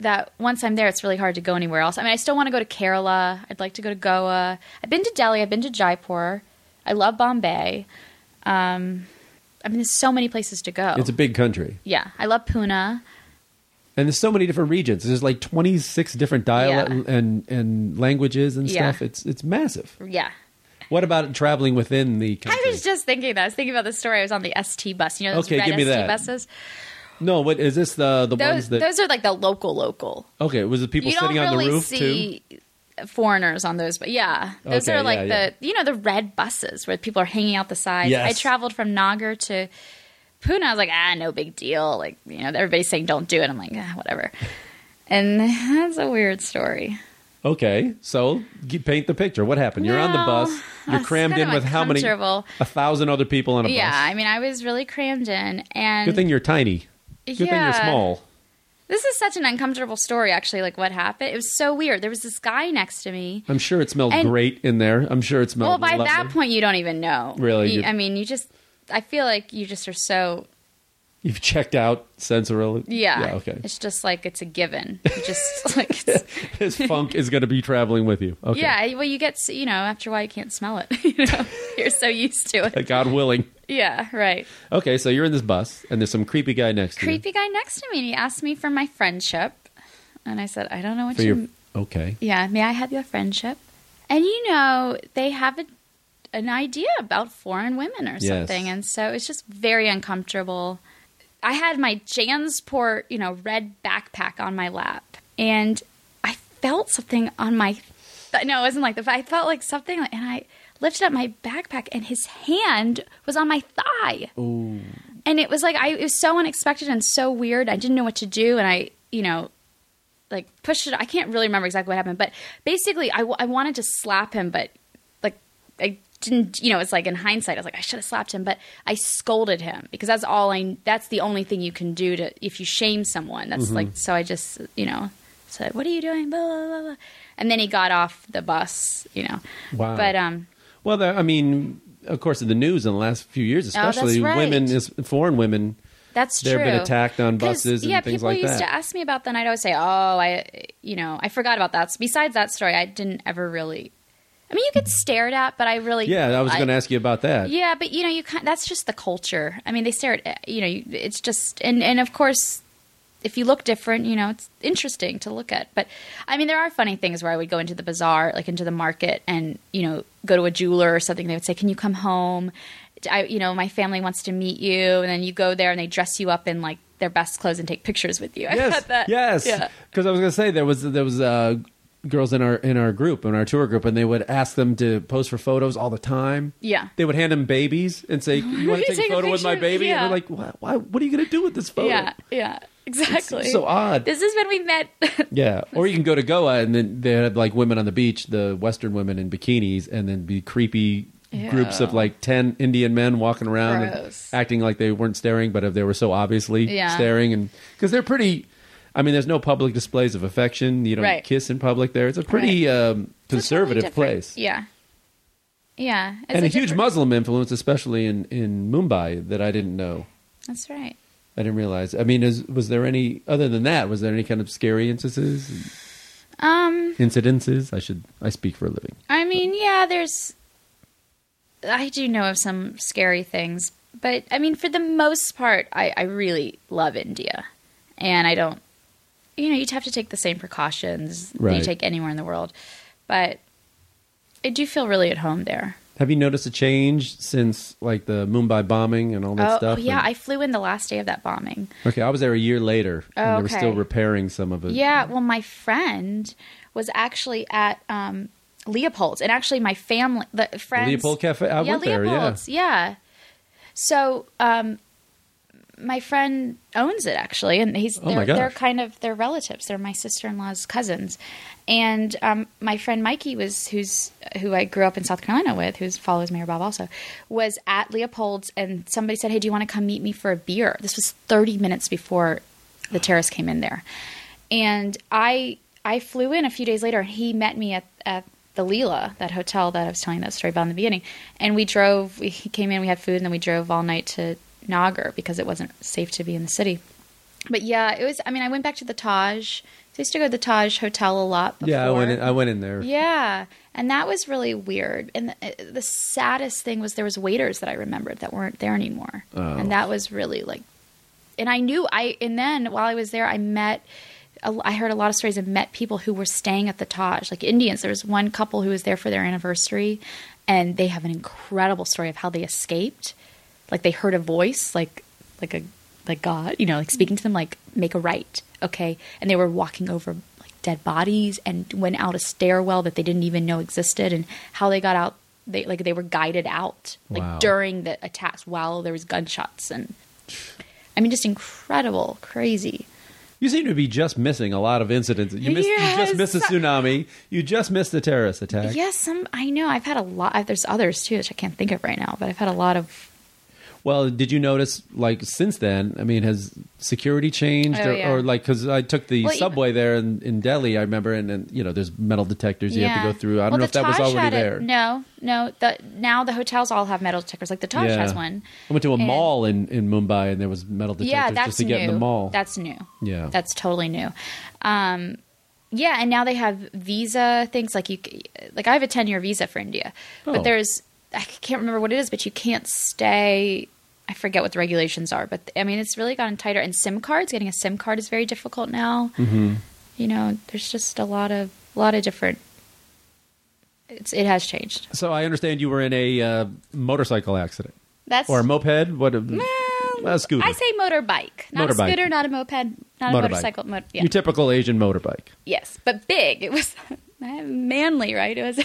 that once I'm there, it's really hard to go anywhere else. I mean, I still want to go to Kerala. I'd like to go to Goa. I've been to Delhi. I've been to Jaipur. I love Bombay. Um, I mean, there's so many places to go. It's a big country, yeah, I love Pune. and there's so many different regions. There's like 26 different dialect Yeah. and and languages and Yeah. stuff. It's it's massive. Yeah, What about traveling within the country? I was just thinking that. I was thinking about the story. I was on the ST bus. You know those Okay, red give me ST that. buses. no, what is this the the Those ones that? those are like the local local. okay, was it people you don't sitting on really the roof too? see foreigners on those, but yeah, those Okay, are like yeah, the you know the red buses where people are hanging out the sides. Yes. I traveled from Nagar to Pune. I was like, ah, no big deal. Like you know, everybody's saying don't do it. I'm like, ah, whatever. And that's a weird story. Okay, so g- paint the picture. What happened? You're on the No, bus. I You're was crammed kinda in with how many? uncomfortable. A thousand other people on a Yeah, bus. I mean, I was really crammed in, and Good thing you're tiny. Good thing you're Yeah. small. this is such an uncomfortable story. Actually, like what happened? It was so weird. There was this guy next to me. I'm sure it smelled And- great in there. I'm sure it smelled. Well, by lovely. that point, you don't even know. Oh, Really, You- you- I mean, you just. I feel like you just are so. you've checked out sensorily. Yeah. okay. It's just like it's a given. You just like. It's, His funk is going to be traveling with you. Okay. Yeah. Well, you get s- you know after a while you can't smell it. You know, you're so used to it. God willing. Yeah. Right. Okay, so you're in this bus, and there's some creepy guy next to you. Creepy guy next to me. And he asked me for my friendship, and I said, I don't know what For you. your okay. Yeah, may I have your friendship? And you know, they have a, an idea about foreign women or Yes. something. And so it's just very uncomfortable. I had my Jansport, you know, red backpack on my lap. And I felt something on my. Th- no, it wasn't like the. I felt like something. And I lifted up my backpack, and his hand was on my thigh Ooh. and it was like I it was so unexpected and so weird. I didn't know what to do, and I you know like pushed it. I can't really remember exactly what happened, but basically I, w- I wanted to slap him, but like I didn't. You know, it's like in hindsight, I was like I should have slapped him, but I scolded him because that's all I. That's the only thing you can do to if you shame someone. That's like so. I just you know said, "What are you doing?" Blah blah blah. blah. And then he got off the bus. You know. Wow. But um. Well, there, I mean, of course, in the news in the last few years, Oh, that's especially right. women, is, foreign women. That's They've true. been attacked on 'Cause, buses and yeah, things people like used that. to ask me about that, and I'd always say, "Oh, I, you know, I forgot about that." So besides that story, I didn't ever really. I mean, you get stared at, but I really. Yeah, I was going to ask you about that. Yeah, but you know, you kind that's just the culture. I mean, they stare at eh, you know, you, it's just and and of course, if you look different, you know, it's interesting to look at. But I mean, there are funny things where I would go into the bazaar, like into the market, and you know, go to a jeweler or something. They would say, "Can you come home?" I, you know, my family wants to meet you, and then you go there and they dress you up in like their best clothes and take pictures with you. I Yes, thought that. yes. Yeah. Because I was going to say there was there was uh, girls in our in our group in our tour group, and they would ask them to pose for photos all the time. Yeah. They would hand them babies and say, "You want to take, Take a a photo with my picture?" baby?" Yeah. And we're like, why, "Why? What are you going to do with this photo?" Yeah. Yeah. Exactly. so uh, odd. This is when we met. Yeah. Or you can go to Goa, and then they have like women on the beach, the Western women in bikinis, and then be creepy. Groups of Ew. like ten Indian men walking around and Gross. acting like they weren't staring, but if they were so obviously Yeah. staring, and because they're pretty, I mean, there's no public displays of affection. You don't Right. kiss in public there. It's a pretty um, It's totally conservative different. place, Yeah. Yeah. It's and a, huge different- Muslim influence, especially in in Mumbai, that I didn't know. That's right. I didn't realize. I mean, is, was there any other than that? Was there any kind of scary instances? Um, Incidences? I should. I speak for a living. I mean, yeah, there's I do know of some scary things, but I mean, for the most part, I, I really love India. And I don't, you know, you'd have to take the same precautions that Right. you take anywhere in the world. But I do feel really at home there. Have you noticed a change since like the Mumbai bombing and all that Oh, stuff? oh, yeah. And- I flew in the last day of that bombing. okay, I was there a year later, and Oh, they were okay. still repairing some of it. Yeah, well, my friend was actually at um, Leopold's, and actually, my family, the friends, Leopold Cafe? I yeah, went there, yeah. Leopold's, yeah. So, um, my friend owns it actually, and he's Oh, my they're, they're gosh. kind of they're relatives. They're my sister in law's cousins, and um, my friend Mikey was who's who I grew up in South Carolina with, who follows Mayor Bob also, was at Leopold's, and somebody said, "Hey, do you want to come meet me for a beer?" This was thirty minutes before the terrorists came in there, and I I flew in a few days later, and he met me at at the Leela, that hotel that I was telling that story about in the beginning, and we drove. We he came in, we had food, and then we drove all night to Nagar because it wasn't safe to be in the city. But yeah, it was. I mean, I went back to the Taj. So I used to go to the Taj Hotel a lot. Before. Yeah, I went. In, I went in there. Yeah, and that was really weird. And the, the saddest thing was there was waiters that I remembered that weren't there anymore, Oh. and that was really like. And I knew I. And then while I was there, I met. a- I heard a lot of stories and met people who were staying at the Taj, like Indians. There was one couple who was there for their anniversary, and they have an incredible story of how they escaped. Like they heard a voice, like like a like God, you know, like speaking to them, like make a right, okay. And they were walking over like dead bodies and went out a stairwell that they didn't even know existed, and how they got out. They like they were guided out like Wow. during the attacks while there was gunshots and I mean just incredible, crazy. You seem to be just missing a lot of incidents. You missed. You just Yes. missed a tsunami. You just missed a terrorist attack. Yes, some I know. I've had a lot. There's others too, which I can't think of right now, but I've had a lot of. Well, did you notice, like, since then? I mean, has security changed, Oh, or, yeah. or like, because I took the Well, even- subway there in, in Delhi, I remember, and, and you know, there's metal detectors you have to go through. I don't Well, know the if that was Taj already had it- there. No, no. The, now the hotels all have metal detectors. Like the Taj Yeah. has one. I went to a And- mall in, in Mumbai, and there was metal detectors yeah, that's just to new. get in the mall. That's new. Yeah. that's totally new. Um, yeah, and now they have visa things like you. c- Like I have a ten year visa for India, Oh. but there's I can't remember what it is, but you can't stay. I forget what the regulations are, but I mean it's really gotten tighter. And SIM cards, getting a SIM card is very difficult now. Mm-hmm. You know, there's just a lot of lot of different. It's it has changed. So I understand you were in a uh, motorcycle accident That's or a moped. What? A, Well, a scooter. I say motorbike, not Motorbike. a scooter, not a moped, not a Motorbike. motorcycle. Mo- yeah. Your typical Asian motorbike. Yes, but big. It was manly, right? It was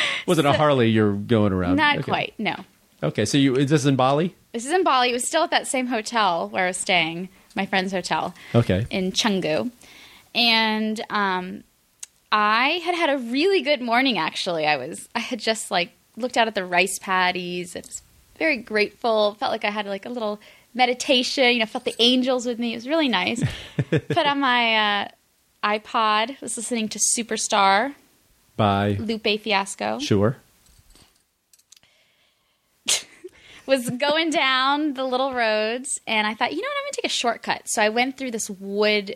Was it a Harley you're going around? not Um, Okay. quite. No, Okay, so you is this in Bali? this is in Bali. It was still at that same hotel where I was staying, my friend's hotel Okay. in Chengdu, and um, I had had a really good morning. Actually, I was I had just like looked out at the rice paddies. I was very grateful. Felt like I had like a little meditation. You know, felt the angels with me. It was really nice. Put on my uh, iPod. Was listening to Superstar. By Lupe Fiasco sure. was going down the little roads, and I thought, you know what, I'm gonna take a shortcut. So I went through this wood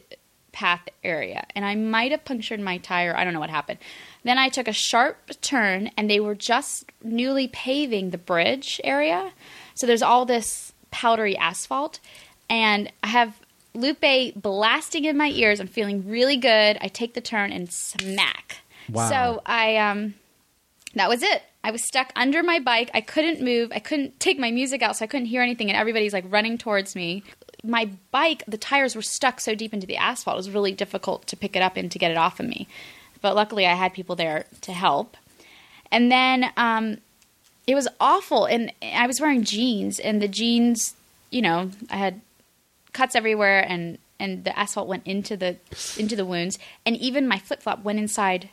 path area, and I might have punctured my tire. I don't know what happened. Then I took a sharp turn, and they were just newly paving the bridge area. So there's all this powdery asphalt, and I have Lupe blasting in my ears. I'm feeling really good. I take the turn and smack. Wow. So I um that was it. I was stuck under my bike. I couldn't move. I couldn't take my music out, so I couldn't hear anything. And everybody's like running towards me. My bike, the tires were stuck so deep into the asphalt, it was really difficult to pick it up and to get it off of me. But luckily, I had people there to help. And then um, it was awful. And I was wearing jeans, and the jeans, you know, I had cuts everywhere, and and the asphalt went into the into the wounds, and even my flip flop went inside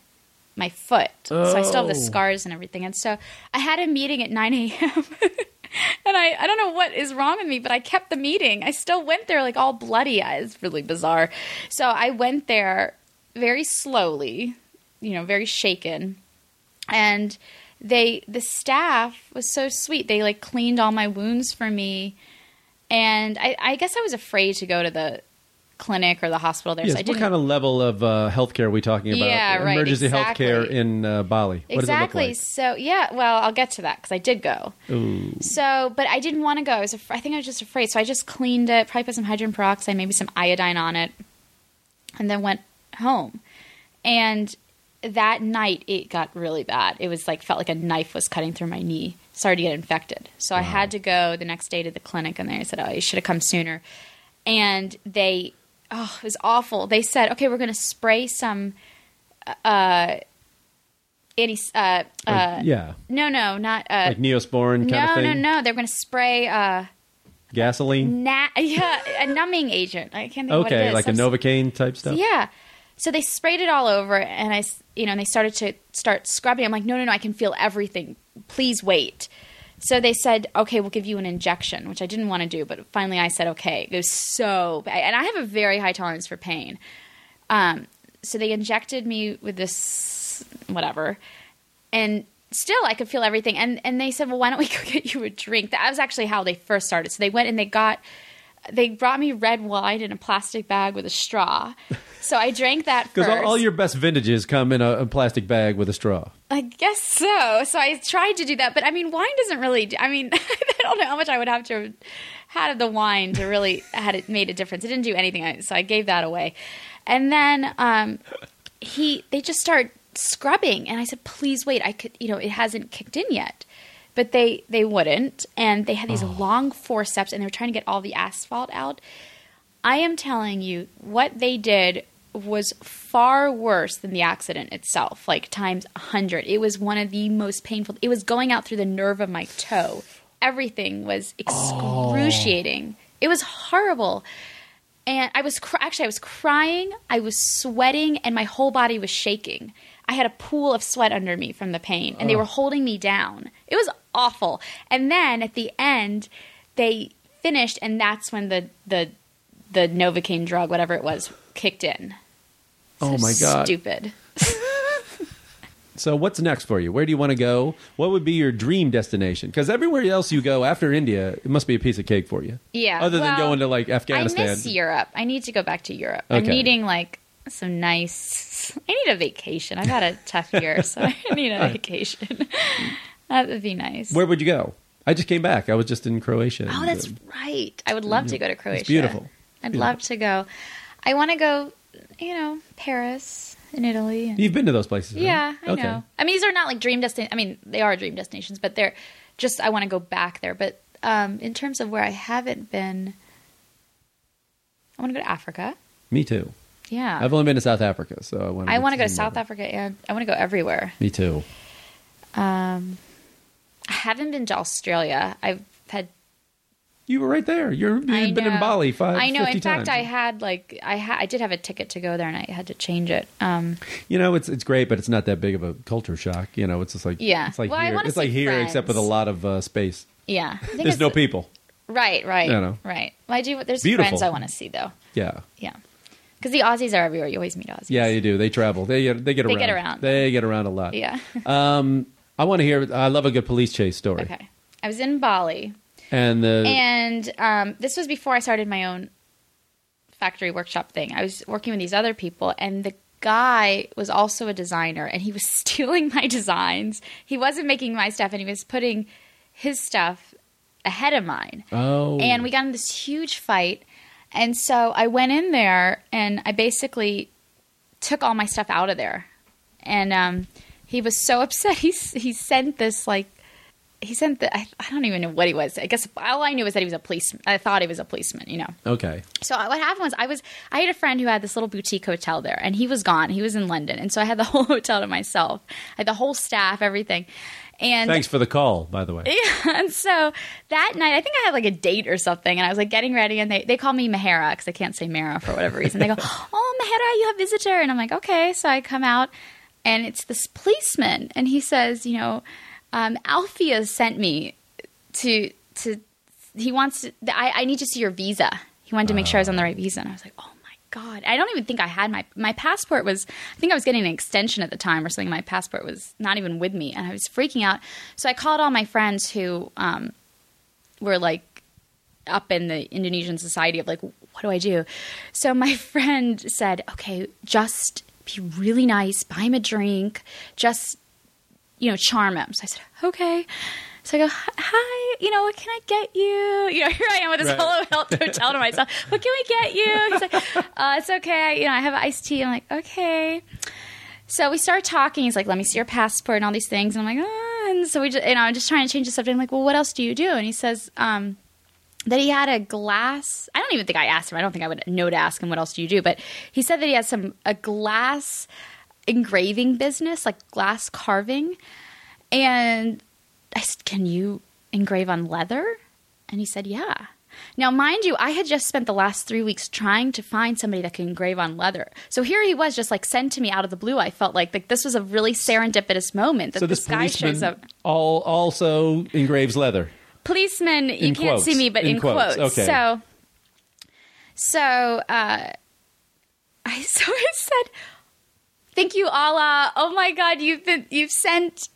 my foot. So I still have the Oh. scars and everything. And so I had a meeting at nine a.m. And I, I don't know what is wrong with me, but I kept the meeting. I still went there like all bloody. I- It's really bizarre. So I went there very slowly, you know, very shaken and they the staff was so sweet they like cleaned all my wounds for me and i, I guess i was afraid to go to the clinic or the hospital there. Yes, so I what didn't kind of level of uh, healthcare are we talking about? Yeah, right, Emergency exactly. healthcare in uh, Bali. What exactly. does So yeah, well, I'll get to that because I did go. it look like? Ooh. So, but I didn't want to go. I was, af- I think I was just afraid. So I just cleaned it, probably put some hydrogen peroxide, maybe some iodine on it, and then went home. And that night, it got really bad. It was like felt like a knife was cutting through my knee. Started to get infected. So I had to go the next day to the clinic, and they said, "Oh, you should have come sooner." And they, oh, it was awful. They said, "Okay, we're going to spray some." Uh, any uh, uh, yeah, no, no, not uh, like Neosporin kind no, of thing. no, no. They're going to spray uh, Gasoline. na- yeah, a numbing agent. I can't think of what it okay, is. like a I'm s- Novocaine type stuff. Yeah. So they sprayed it all over, and I, s- you know, and they started to start scrubbing. I'm like, no, no, no. I can feel everything. Please wait. So they said, okay, we'll give you an injection, which I didn't want to do, but finally I said, okay. It was so bad, and I have a very high tolerance for pain. Um, so they injected me with this whatever, and still I could feel everything. And and they said, well, why don't we go get you a drink? That was actually how they first started. So they went and they got. They brought me red wine in a plastic bag with a straw, so I drank that Because first. all, all your best vintages come in a, a plastic bag with a straw. I guess so. So I tried to do that, but I mean, wine doesn't really. do- I mean, I don't know how much I would have to have had the wine to really had it made a difference. It didn't do anything, I- so I gave that away. And then um, he, they just start scrubbing, and I said, "Please wait. I could, you know, it hasn't kicked in yet." But they they wouldn't, and they had these long forceps, and they were trying to get all the asphalt out. I am telling you, what they did was far worse than the accident itself, like times 100. It was one of the most painful. It was going out through the nerve of my toe. Everything was excruciating. It was horrible. And I was cr- actually I was crying, I was sweating and my whole body was shaking. I had a pool of sweat under me from the pain and they were holding me down. It was awful. And then at the end they finished and that's when the the the Novocaine drug, whatever it was, kicked in. oh my god! Stupid. So what's next for you? Where do you want to go? What would be your dream destination? Because everywhere else you go after India, it must be a piece of cake for you. Yeah, Other than well, going to like Afghanistan. I miss Europe. I need to go back to Europe. I'm Okay. needing like some nice. I need a vacation. I've had a tough year, so I need a vacation. that would be nice. Where would you go? I just came back. I was just in Croatia. oh, and, that's uh, right. I would love to go to Croatia. beautiful. I'd Beautiful. love to go. I want to go. You know, Paris in Italy. And, you've been to those places. right? yeah, I okay. know. I mean, these are not like dream destinations. I mean, they are dream destinations, but they're just. I want to go back there. But um, in terms of where I haven't been, I want to go to Africa. Me too. Yeah. I've only been to South Africa, so I want. I want to go to South Africa and I want to go everywhere. Me too. Um, I haven't been to Australia. I've had. You were right there. You're, you've I been in know- Bali five. I know. 50 In fact, times. I had like I ha- I did have a ticket to go there, and I had to change it. Um, You know, it's it's great, but it's not that big of a culture shock. You know, it's just like Yeah. it's like Well, I here, wanna it's like see here, except friends. with a lot of uh, space. yeah. I think There's it's- no people. Right. Right. You know. Right. Well, I do. There's Beautiful. friends I want to see though. Yeah, Yeah. Because the Aussies are everywhere. You always meet Aussies. yeah, you do. They travel. They get they get They around. get around. They get around a lot. Yeah. Um, I want to hear. I love a good police chase story. okay. I was in Bali, And the and um, this was before I started my own factory workshop thing. I was working with these other people, and the guy was also a designer, and he was stealing my designs. He wasn't making my stuff, and he was putting his stuff ahead of mine. oh, And we got in this huge fight. And so I went in there and I basically took all my stuff out of there. And um, he was so upset. He, s- he sent this, like, he sent the, I, I don't even know what he was. I guess all I knew was that he was a policeman. I thought he was a policeman, you know. okay. So I- what happened was I was I had a friend who had this little boutique hotel there, and he was gone. He was in London, and so I had the whole hotel to myself. I had the whole staff, everything. And Thanks for the call, by the way. and so that night, I think I had like a date or something, and I was like getting ready, and they, they call me Mahara because I can't say Mara for whatever reason. They go, Oh, Mahara, you have visitor. And I'm like, Okay. So I come out, and it's this policeman, and he says, You know, um, Alfia sent me to, to he wants, to, I, I need to see your visa. He wanted to make sure I was on the right visa. And I was like, Oh my God. I don't even think I had my, my passport was, I think I was getting an extension at the time or something. My passport was not even with me, and I was freaking out. So I called all my friends who, um, were like up in the Indonesian society of like, what do I do? So my friend said, okay, just be really nice, buy him a drink, just, you know, charm him. So I said, okay. So I go, hi, you know, what can I get you? You know, here I am with this Right. whole help hotel to myself. What can we get you? He's like, uh, it's okay. You know, I have iced tea. I'm like, okay. So we start talking. He's like, "Let me see your passport and all these things." And I'm like, "Ah." And so we, just, you know, I'm just trying to change the subject. I'm like, "Well, what else do you do?" And he says um, that he had a glass. I don't even think I asked him. I don't think I would know to ask him what else do you do. But he said that he has some a glass engraving business, like glass carving. And I said, "Can you engrave on leather?" And he said, "Yeah." Now, mind you, I had just spent the last three weeks trying to find somebody that could engrave on leather. So here he was, just like sent to me out of the blue. I felt like like this was a really serendipitous moment that so this, this guy shows policeman up. all also engraves leather. Policeman, you In can't quotes. see me, but In in, quotes, quotes. okay. So, so uh, I so I said, "Thank you, Allah. Oh my God, you've been you've sent."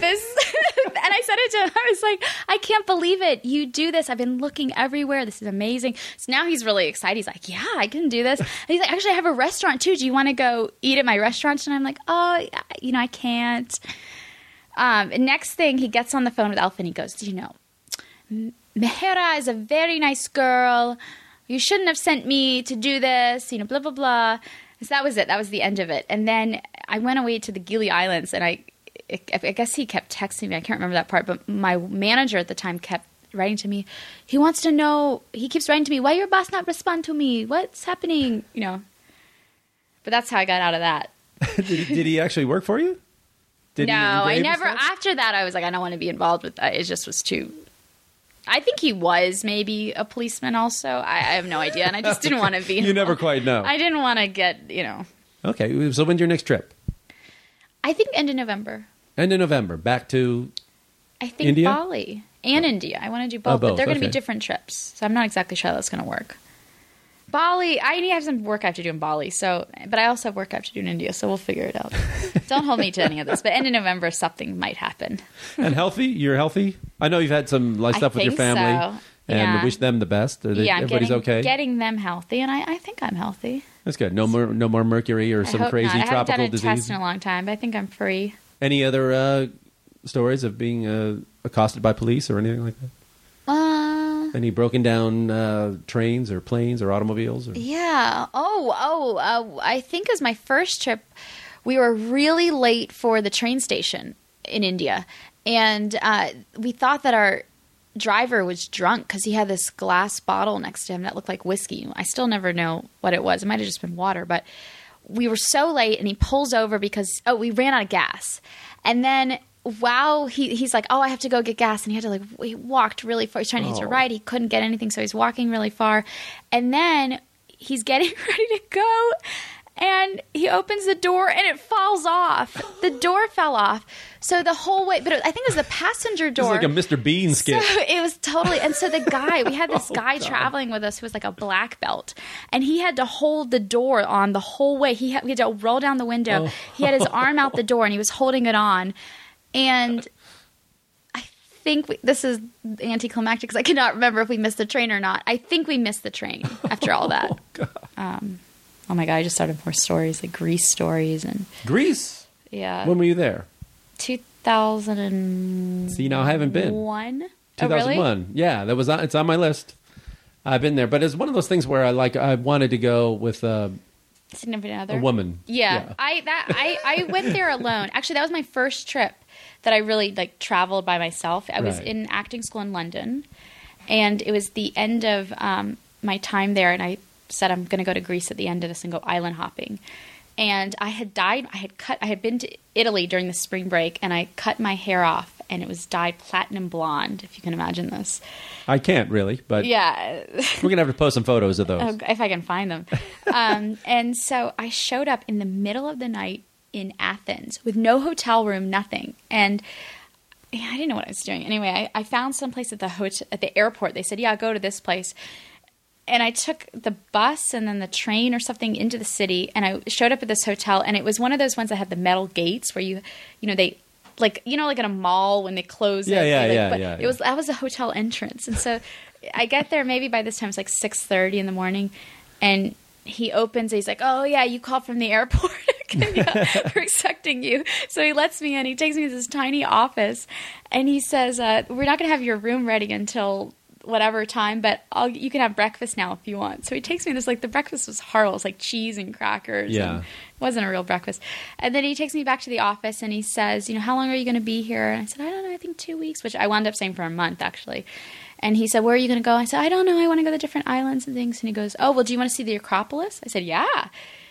this and I said it to him. I was like, I can't believe it. You do this. I've been looking everywhere. This is amazing. So now he's really excited. He's like, Yeah, I can do this. And he's like, Actually, I have a restaurant too. Do you want to go eat at my restaurant? And I'm like, Oh, you know, I can't. Um, and next thing, he gets on the phone with Alf and he goes, Do you know, Mehera is a very nice girl. You shouldn't have sent me to do this, you know, blah, blah, blah. So that was it. That was the end of it. And then I went away to the Gili Islands and I, I I guess he kept texting me. I can't remember that part, but my manager at the time kept writing to me. He wants to know, he keeps writing to me, why your boss not respond to me? What's happening? You know. But that's how I got out of that. did, did he actually work for you? Did no, he I engrave never. and stuff? After that, I was like, I don't want to be involved with that. It just was too. I think he was maybe a policeman. Also, I, I have no idea, and I just didn't want to be. You never involved. quite know. I didn't want to get. You know, okay, so when's your next trip? I think end of November. End of November, back to I think India? Bali and India. I want to do both, Oh, but both, they're going to okay. be different trips, so I'm not exactly sure how that's going to work. Bali, I need I have some work I have to do in Bali, so but I also have work I have to do in India, so we'll figure it out. Don't hold me to any of this, but end of November something might happen. and healthy. You're healthy. I know you've had some like I stuff with your think family, so. and Yeah. wish them the best. Are they- yeah, I'm everybody's getting, okay. Getting them healthy, and I, I think I'm healthy. That's good. No more, no more mercury or I some hope crazy not. I haven't tropical done a disease. test in a long time, but I think I'm free. Any other uh, stories of being uh, accosted by police or anything like that? Uh, Any broken down uh, trains or planes or automobiles? Or... yeah. Oh, oh. Uh, I think it was my first trip. We were really late for the train station in India, and uh, we thought that our driver was drunk because he had this glass bottle next to him that looked like whiskey. I still never know what it was. It might have just been water, but we were so late and he pulls over because oh we ran out of gas and then wow he, he's like oh i have to go get gas and he had to like he walked really far he's trying to hitch a Oh. ride he couldn't get anything so he's walking really far and then he's getting ready to go and he opens the door and it falls off the door fell off so the whole way but it, i think it was the passenger This is door like a Mr. Bean skit. so it was totally. And so the guy, we had Oh, this guy traveling with us who was like a black belt, and he had to hold the door on the whole way. He had, we had to roll down the window. Oh. He had his arm out the door, and he was holding it on. And I think we, this is anticlimactic because I cannot remember if we missed the train or not. I think we missed the train after all that. Oh, God. Um, oh my God! I just started more stories, like Greece stories, and Greece. yeah, When were you there? two thousand and See, now I haven't been. one. Oh, really? 2001. Yeah, that was on, it's on my list. I've been there, but it's one of those things where I like I wanted to go with uh, Significant other. a woman. Yeah, I that I I went there alone. Actually, that was my first trip that I really like traveled by myself. I was Right. in acting school in London, and it was the end of um, my time there. And I said I'm going to go to Greece at the end of this and go island hopping. And I had dyed, I had cut, I had been to Italy during the spring break, and I cut my hair off, and it was dyed platinum blonde. If you can imagine this, I can't really, but yeah. we're gonna have to post some photos of those. Oh, if I can find them. um, and so I showed up in the middle of the night in Athens with no hotel room, nothing, and yeah, I didn't know what I was doing. Anyway, I, I found someplace at the hotel, at the airport. They said, "Yeah, go to this place." And I took the bus and then the train or something into the city, and I showed up at this hotel, and it was one of those ones that had the metal gates where you, you know, they. Like you know, like in a mall when they close Yeah, it, yeah, they, like, yeah, but yeah, It was that was the hotel entrance, and so I get there maybe by this time it's like six thirty in the morning, and he opens. He's like, "Oh yeah, you called from the airport. yeah, we're expecting you." So he lets me in. He takes me to this tiny office, and he says, uh, "We're not going to have your room ready until." whatever time, but I'll, you can have breakfast now if you want. So he takes me this like the breakfast was horrible. It's like cheese and crackers. Yeah. and it wasn't a real breakfast. And then he takes me back to the office and he says, you know, how long are you going to be here? And I said, I don't know. I think two weeks, which I wound up saying for a month actually. And he said, where are you going to go? I said, I don't know. I want to go to different islands and things. And he goes, oh well, do you want to see the Acropolis? I said, yeah.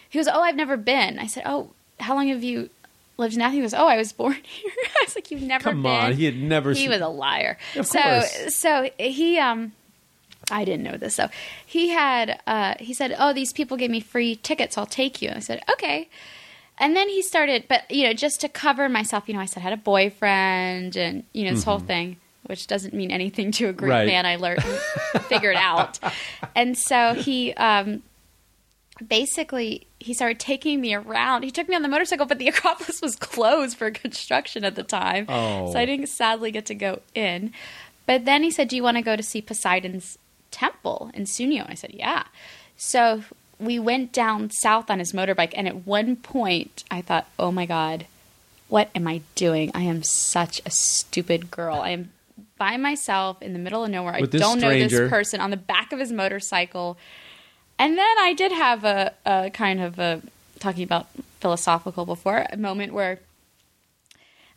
He goes, oh, I've never been. I said, oh, how long have you? lived in Athens. He goes, oh, I was born here. I was like, you've never Come been. on, he had never He seen- was a liar. Of so course. so he um I didn't know this. So he had uh he said, "Oh, these people gave me free tickets. I'll take you." I said, "Okay." And then he started, but you know, just to cover myself, you know, I said I had a boyfriend and you know, this whole thing, which doesn't mean anything to a Mm-hmm. Greek Right. man I learned figured out. And so he um basically he started taking me around. He took me on the motorcycle, but the Acropolis was closed for construction at the time. Oh. So I didn't sadly get to go in. But then he said, Do you want to go to see Poseidon's temple in Sunio? And I said, Yeah. So we went down south on his motorbike, and at one point I thought, Oh my God, what am I doing? I am such a stupid girl. I am by myself in the middle of nowhere. With I this don't know stranger. this person on the back of his motorcycle. And then I did have a, a kind of a talking about philosophical before a moment where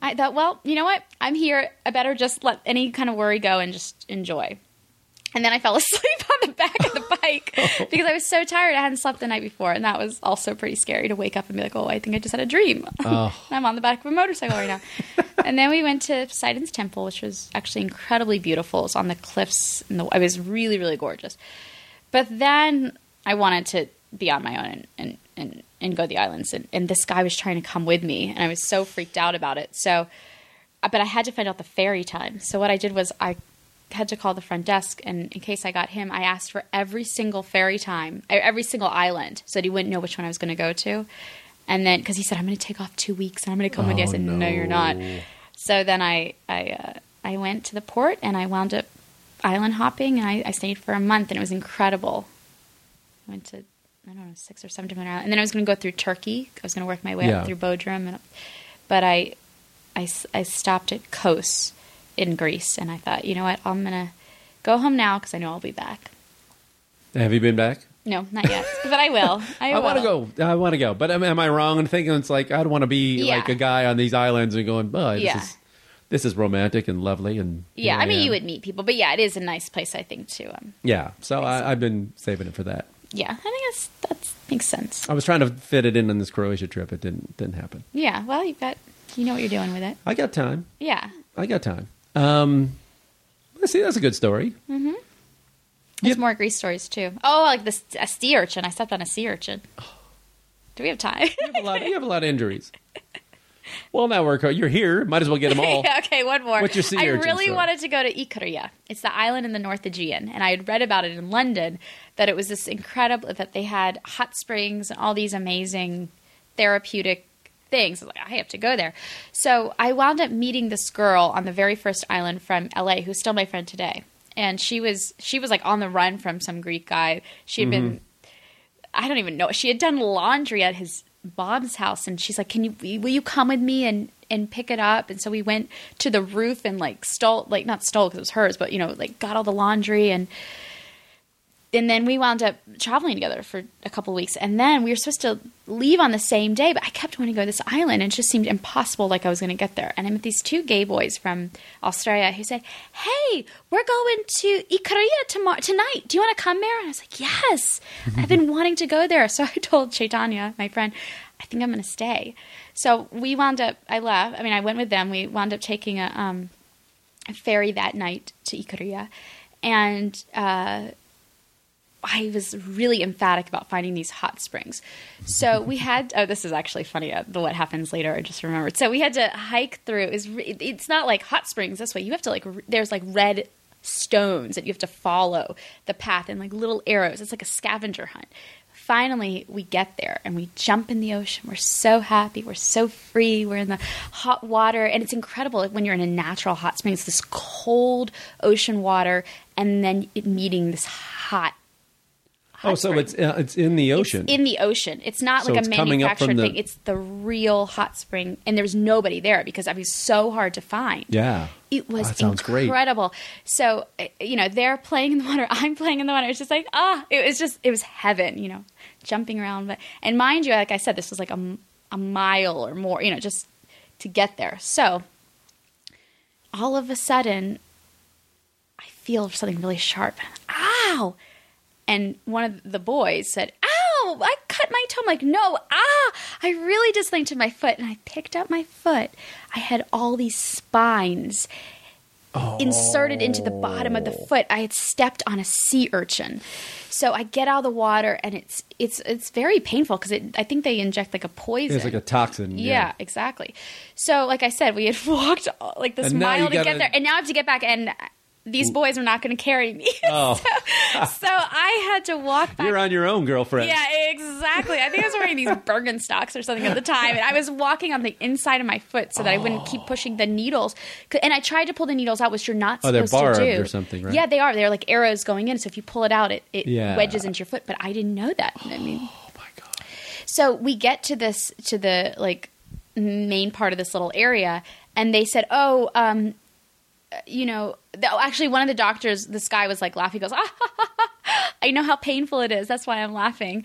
I thought, well, you know what? I'm here. I better just let any kind of worry go and just enjoy. And then I fell asleep on the back of the bike because I was so tired. I hadn't slept the night before, and that was also pretty scary to wake up and be like, "Oh, I think I just had a dream." Oh. and I'm on the back of a motorcycle right now. and then we went to Poseidon's temple, which was actually incredibly beautiful. It's on the cliffs, and the, it was really, really gorgeous. But then I wanted to be on my own and and and, and go to the islands, and, and this guy was trying to come with me, and I was so freaked out about it. So uh, but I had to find out the ferry time. So what I did was I had to call the front desk, and in case I got him, I asked for every single ferry time, e- every single island, so that he wouldn't know which one I was going to go to. And then, because he said, "I'm going to take off two weeks, and I'm going to come with you," I Oh, said, "No, you're not." no. So then I I uh, I went to the port, and I wound up island hopping, and I, I stayed for a month, and it was incredible. I went to I don't know six or seven different islands, and then I was going to go through Turkey. I was going to work my way Yeah. up through Bodrum, and up, but I I, s- I stopped at Kos in Greece, and I thought, you know what, I'm gonna go home now because I know I'll be back. Have you been back? No, not yet, but I will. I, I want to will. go. I want to go. But am, am I wrong in thinking it's like I'd want to be Yeah. like a guy on these islands and going, "Oh, this Yeah. is this is romantic and lovely." And Yeah, here I mean, am." you would meet people, but yeah, it is a nice place, I think, too. Um, Yeah. So I, I've been saving it for that. yeah, I think that's that makes sense. I was trying to fit it in on this Croatia trip. It didn't didn't happen. Yeah, well, you got you know what you're doing with it. I got time. Yeah, I got time. Um, let's see. That's a good story. there's Yeah. more Greece stories too. Oh, like this a sea urchin. I stepped on a sea urchin. Do we have time? You have a lot. You have a lot of injuries. Well, now we're co- you're here. Might as well get them all. Yeah, okay, one more. What's your sea I urchin really story? wanted to go to Ikaria. It's the island in the North Aegean, and I had read about it in London that it was this incredible that they had hot springs and all these amazing therapeutic things. I was like, I have to go there. So I wound up meeting this girl on the very first island from LA, who's still my friend today. And she was she was like on the run from some Greek guy. She had Mm-hmm. been I don't even know. She had done laundry at his mom's house, and she's like, "Can you? Will you come with me and and pick it up?" And so we went to the roof and like stole, like not stole because it was hers, but you know, like got all the laundry and. And then we wound up traveling together for a couple of weeks, and then we were supposed to leave on the same day. But I kept wanting to go to this island, and it just seemed impossible. Like I was going to get there. And I met these two gay boys from Australia who said, "Hey, we're going to Ikaria tomorrow tonight. Do you want to come there?" And I was like, "Yes." I've been wanting to go there. So I told Chaitanya, my friend, I think I'm going to stay. So we wound up, I left. I mean, I went with them. We wound up taking a, um, a ferry that night to Ikaria. And uh, I was really emphatic about finding these hot springs. So we had, oh, this is actually funny, uh, the what happens later, I just remembered. So we had to hike through, it was, re- it's not like hot springs this way. You have to like, re- there's like red stones that you have to follow the path and like little arrows. It's like a scavenger hunt. Finally, we get there and we jump in the ocean. We're so happy. We're so free. We're in the hot water. And it's incredible like, when you're in a natural hot spring. It's this cold ocean water and then it meeting this hot. hot Oh, so spring. it's uh, it's in the ocean. It's in the ocean. It's not So like it's a coming up from manufactured the- thing. It's the real hot spring, and there's nobody there because I mean, it's so hard to find. yeah. Ah, It was That sounds great. incredible. So, uh, you know, they're playing in the water. I'm playing in the water. It's just like, ah, it was just, it was heaven, you know, jumping around. But, and mind you, like I said, this was like a, m- a mile or more, you know, just to get there. So all of a sudden, I feel something really sharp. Ow! And one of the boys said, Ow! I cut my toe. I'm like, no, ah! I really did something to my foot. And I picked up my foot. I had all these spines inserted into the bottom of the Oh. foot. I had stepped on a sea urchin. So I get out of the water and it's it's it's very painful because I think they inject like a poison. It's like a toxin. Yeah, exactly. So, like I said, we had walked all- like this And now you mile to gotta- get there, and now I have to get back. And these boys were not going to carry me, Oh, so I had to walk back. you're on your own, girlfriend. yeah, exactly. I think I was wearing these Bergenstocks or something at the time, and I was walking on the inside of my foot so that I wouldn't Oh. keep pushing the needles. C- And I tried to pull the needles out, which you're not Oh, they're supposed to barbed do. or something, right? Yeah, they are. They're like arrows going in. So if you pull it out, it, it Yeah. wedges into your foot. But I didn't know that. I mean, Oh my god. so we get to this to the like main part of this little area, and they said, "Oh, um, uh, you know, the, oh, actually, one of the doctors, this guy was like laughing. He goes, ah, I know how painful it is. That's why I'm laughing."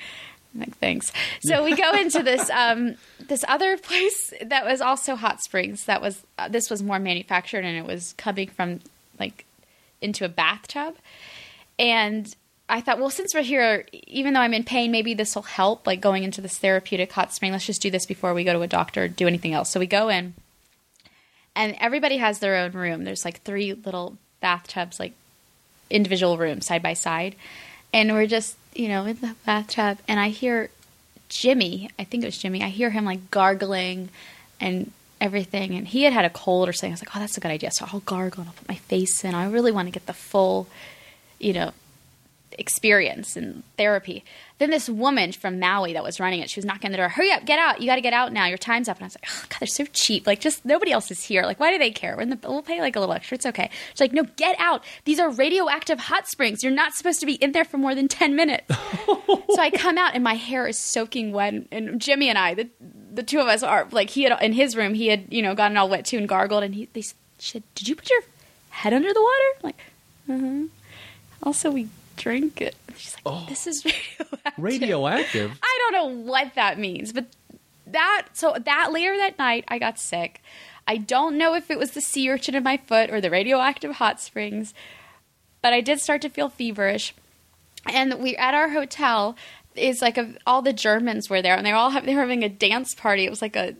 I'm like, thanks. So we go into this um, this other place that was also hot springs. That was uh, this was more manufactured, and it was coming from like into a bathtub. And I thought, well, since we're here, even though I'm in pain, maybe this will help. Like going into this therapeutic hot spring. Let's just do this before we go to a doctor or do anything else. So we go in and everybody has their own room. There's like three little bathtubs, like individual rooms side by side. And we're just, you know, in the bathtub. And I hear Jimmy, I think it was Jimmy, I hear him like gargling and everything. And he had had a cold or something. I was like, oh, that's a good idea. So I'll gargle and I'll put my face in. I really want to get the full, you know, experience and therapy. Then this woman from Maui that was running it, she was knocking on the door. Hurry up, get out! You got to get out now. Your time's up. And I was like, oh, God, they're so cheap. Like, just nobody else is here. Like, why do they care? We're in the, we'll pay like a little extra. It's okay. She's like, no, get out. These are radioactive hot springs. You're not supposed to be in there for more than ten minutes. so I come out and my hair is soaking wet. And, and Jimmy and I, the the two of us are like he had in his room. He had you know gotten all wet too and gargled. And he they s- she said, did you put your head under the water? I'm like, "Mm-hmm." also, we drink it. She's like, this is radioactive. Radioactive. I don't know what that means, but that so that later that night I got sick. I don't know if it was the sea urchin in my foot or the radioactive hot springs, but I did start to feel feverish. And we at our hotel is like a, all the Germans were there, and they're all hav- they were having a dance party. It was like a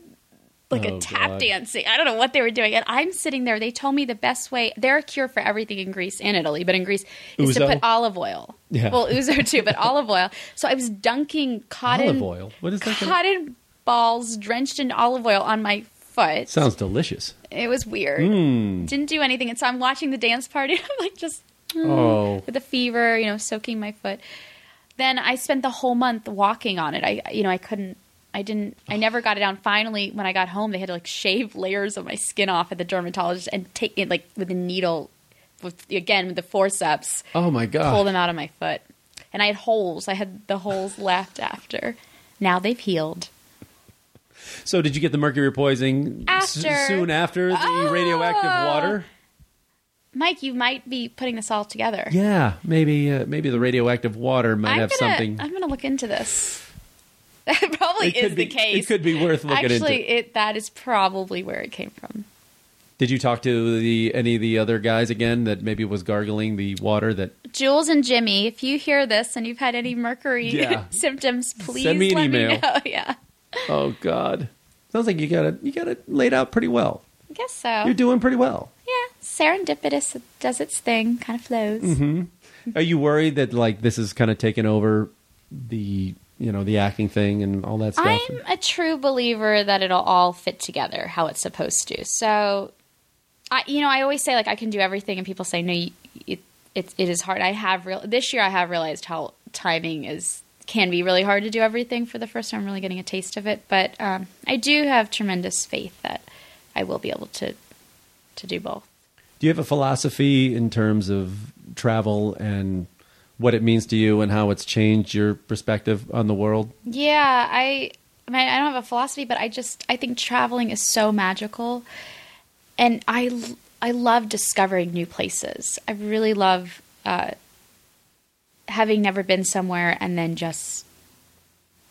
like Oh, a tap God. dancing. I don't know what they were doing, and I'm sitting there. They told me the best way. They're a cure for everything in Greece and Italy, but in Greece is to Ouzo? put olive oil. Yeah. Well, ouzo too, but olive oil. So I was dunking cotton Olive oil. What is that? gonna- cotton balls drenched in olive oil on my foot. Sounds Hmm. delicious. it was weird. Didn't do anything, and so I'm watching the dance party. I'm like just hmm, Oh. with a fever, you know, soaking my foot. Then I spent the whole month walking on it. I, you know, I couldn't, I didn't, I never got it down. Finally, when I got home, they had to like shave layers of my skin off at the dermatologist and take it like with a needle, with again with the forceps, Oh my pull god. them out of my foot. And I had holes. I had the holes left after. Now they've healed. So did you get the mercury poisoning s- After. soon after the Oh. radioactive water? Mike, you might be putting this all together. Yeah, maybe uh, maybe the radioactive water might I'm have gonna, something. I'm gonna look into this. That probably It is could the be- case. It could be worth looking Actually, into. it that is probably where it came from. Did you talk to the any of the other guys again that maybe was gargling the water that Jules and Jimmy, if you hear this and you've had any mercury Yeah. symptoms, please Send me an let email. me know. Yeah, Oh God. Sounds like you got it you got it laid out pretty well. I guess so. You're doing pretty well. yeah, serendipitous does its thing, kind of flows. Mm-hmm. Hmm. Are you worried that like this is kind of taken over the you know, the acting thing and all that stuff? I'm a true believer that it'll all fit together how it's supposed to. So I, you know, I always say like I can do everything, and people say no, you, it, it it is hard. I have real this year. I have realized how timing is can be really hard to do everything for the first time. I'm really getting a taste of it, but um, I do have tremendous faith that I will be able to to do both. Do you have a philosophy in terms of travel and what it means to you and how it's changed your perspective on the world? Yeah, I I, mean, I don't have a philosophy, but I just I think traveling is so magical, and I I love discovering new places. I really love uh, having never been somewhere and then just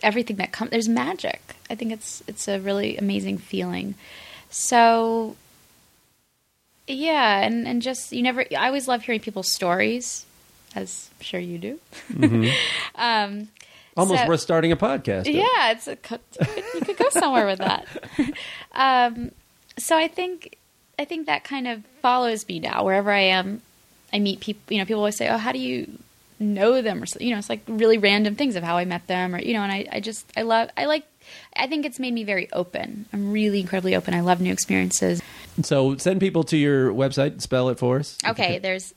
everything that comes. There's magic. I think it's it's a really amazing feeling. So yeah, and and just you never. I always love hearing people's stories, as I'm sure you do. um, Almost So- worth starting a podcast. of. yeah, it's a, co- you could go somewhere with that. Um, so I think I think that kind of follows me now wherever I am. I meet people. You know, people always say, "Oh, how do you know them?" Or so- you know, it's like really random things of how I met them, or you know. And I, I just I love I like I think it's made me very open. I'm really incredibly open. I love new experiences. So send people to your website. Spell it for us. Okay, there's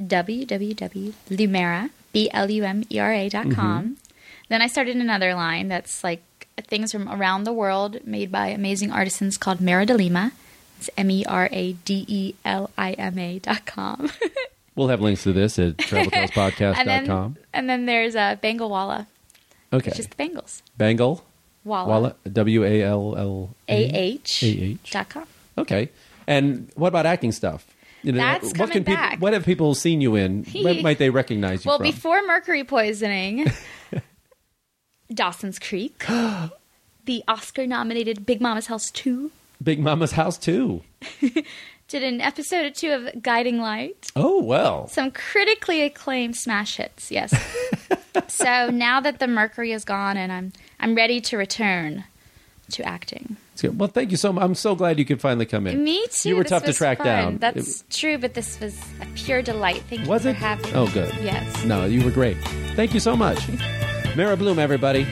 www.lumera, B L U M E R A Mm-hmm. dot com. Then I started another line that's like things from around the world made by amazing artisans called Mera de Lima. It's M E R A D E L I M A dot com. We'll have links to this at and, traveltalespodcast.com. then, and then there's uh, Bangalwala, Okay. which is the Bangles. Bangle. Walla. Walla. W A L L A H. A-H. Dot com. Okay. And what about acting stuff? You know, That's what coming can people, back. What have people seen you in? what might they recognize you Well, from? before mercury poisoning, Dawson's Creek, the Oscar nominated Big Mama's House 2, Big Mama's House too. did an episode or two of Guiding Light, Oh well. some critically acclaimed smash hits, yes. so now that the mercury is gone and I'm I'm ready to return to acting. It's good. Well, thank you so much. I'm so glad you could finally come in. Me too. You were this tough to was track fun. down. That's true, but this was a pure delight. Thank Was you it? for having me. Oh, good. Yes. No, you were great. Thank you so much. Mara Bloom, everybody.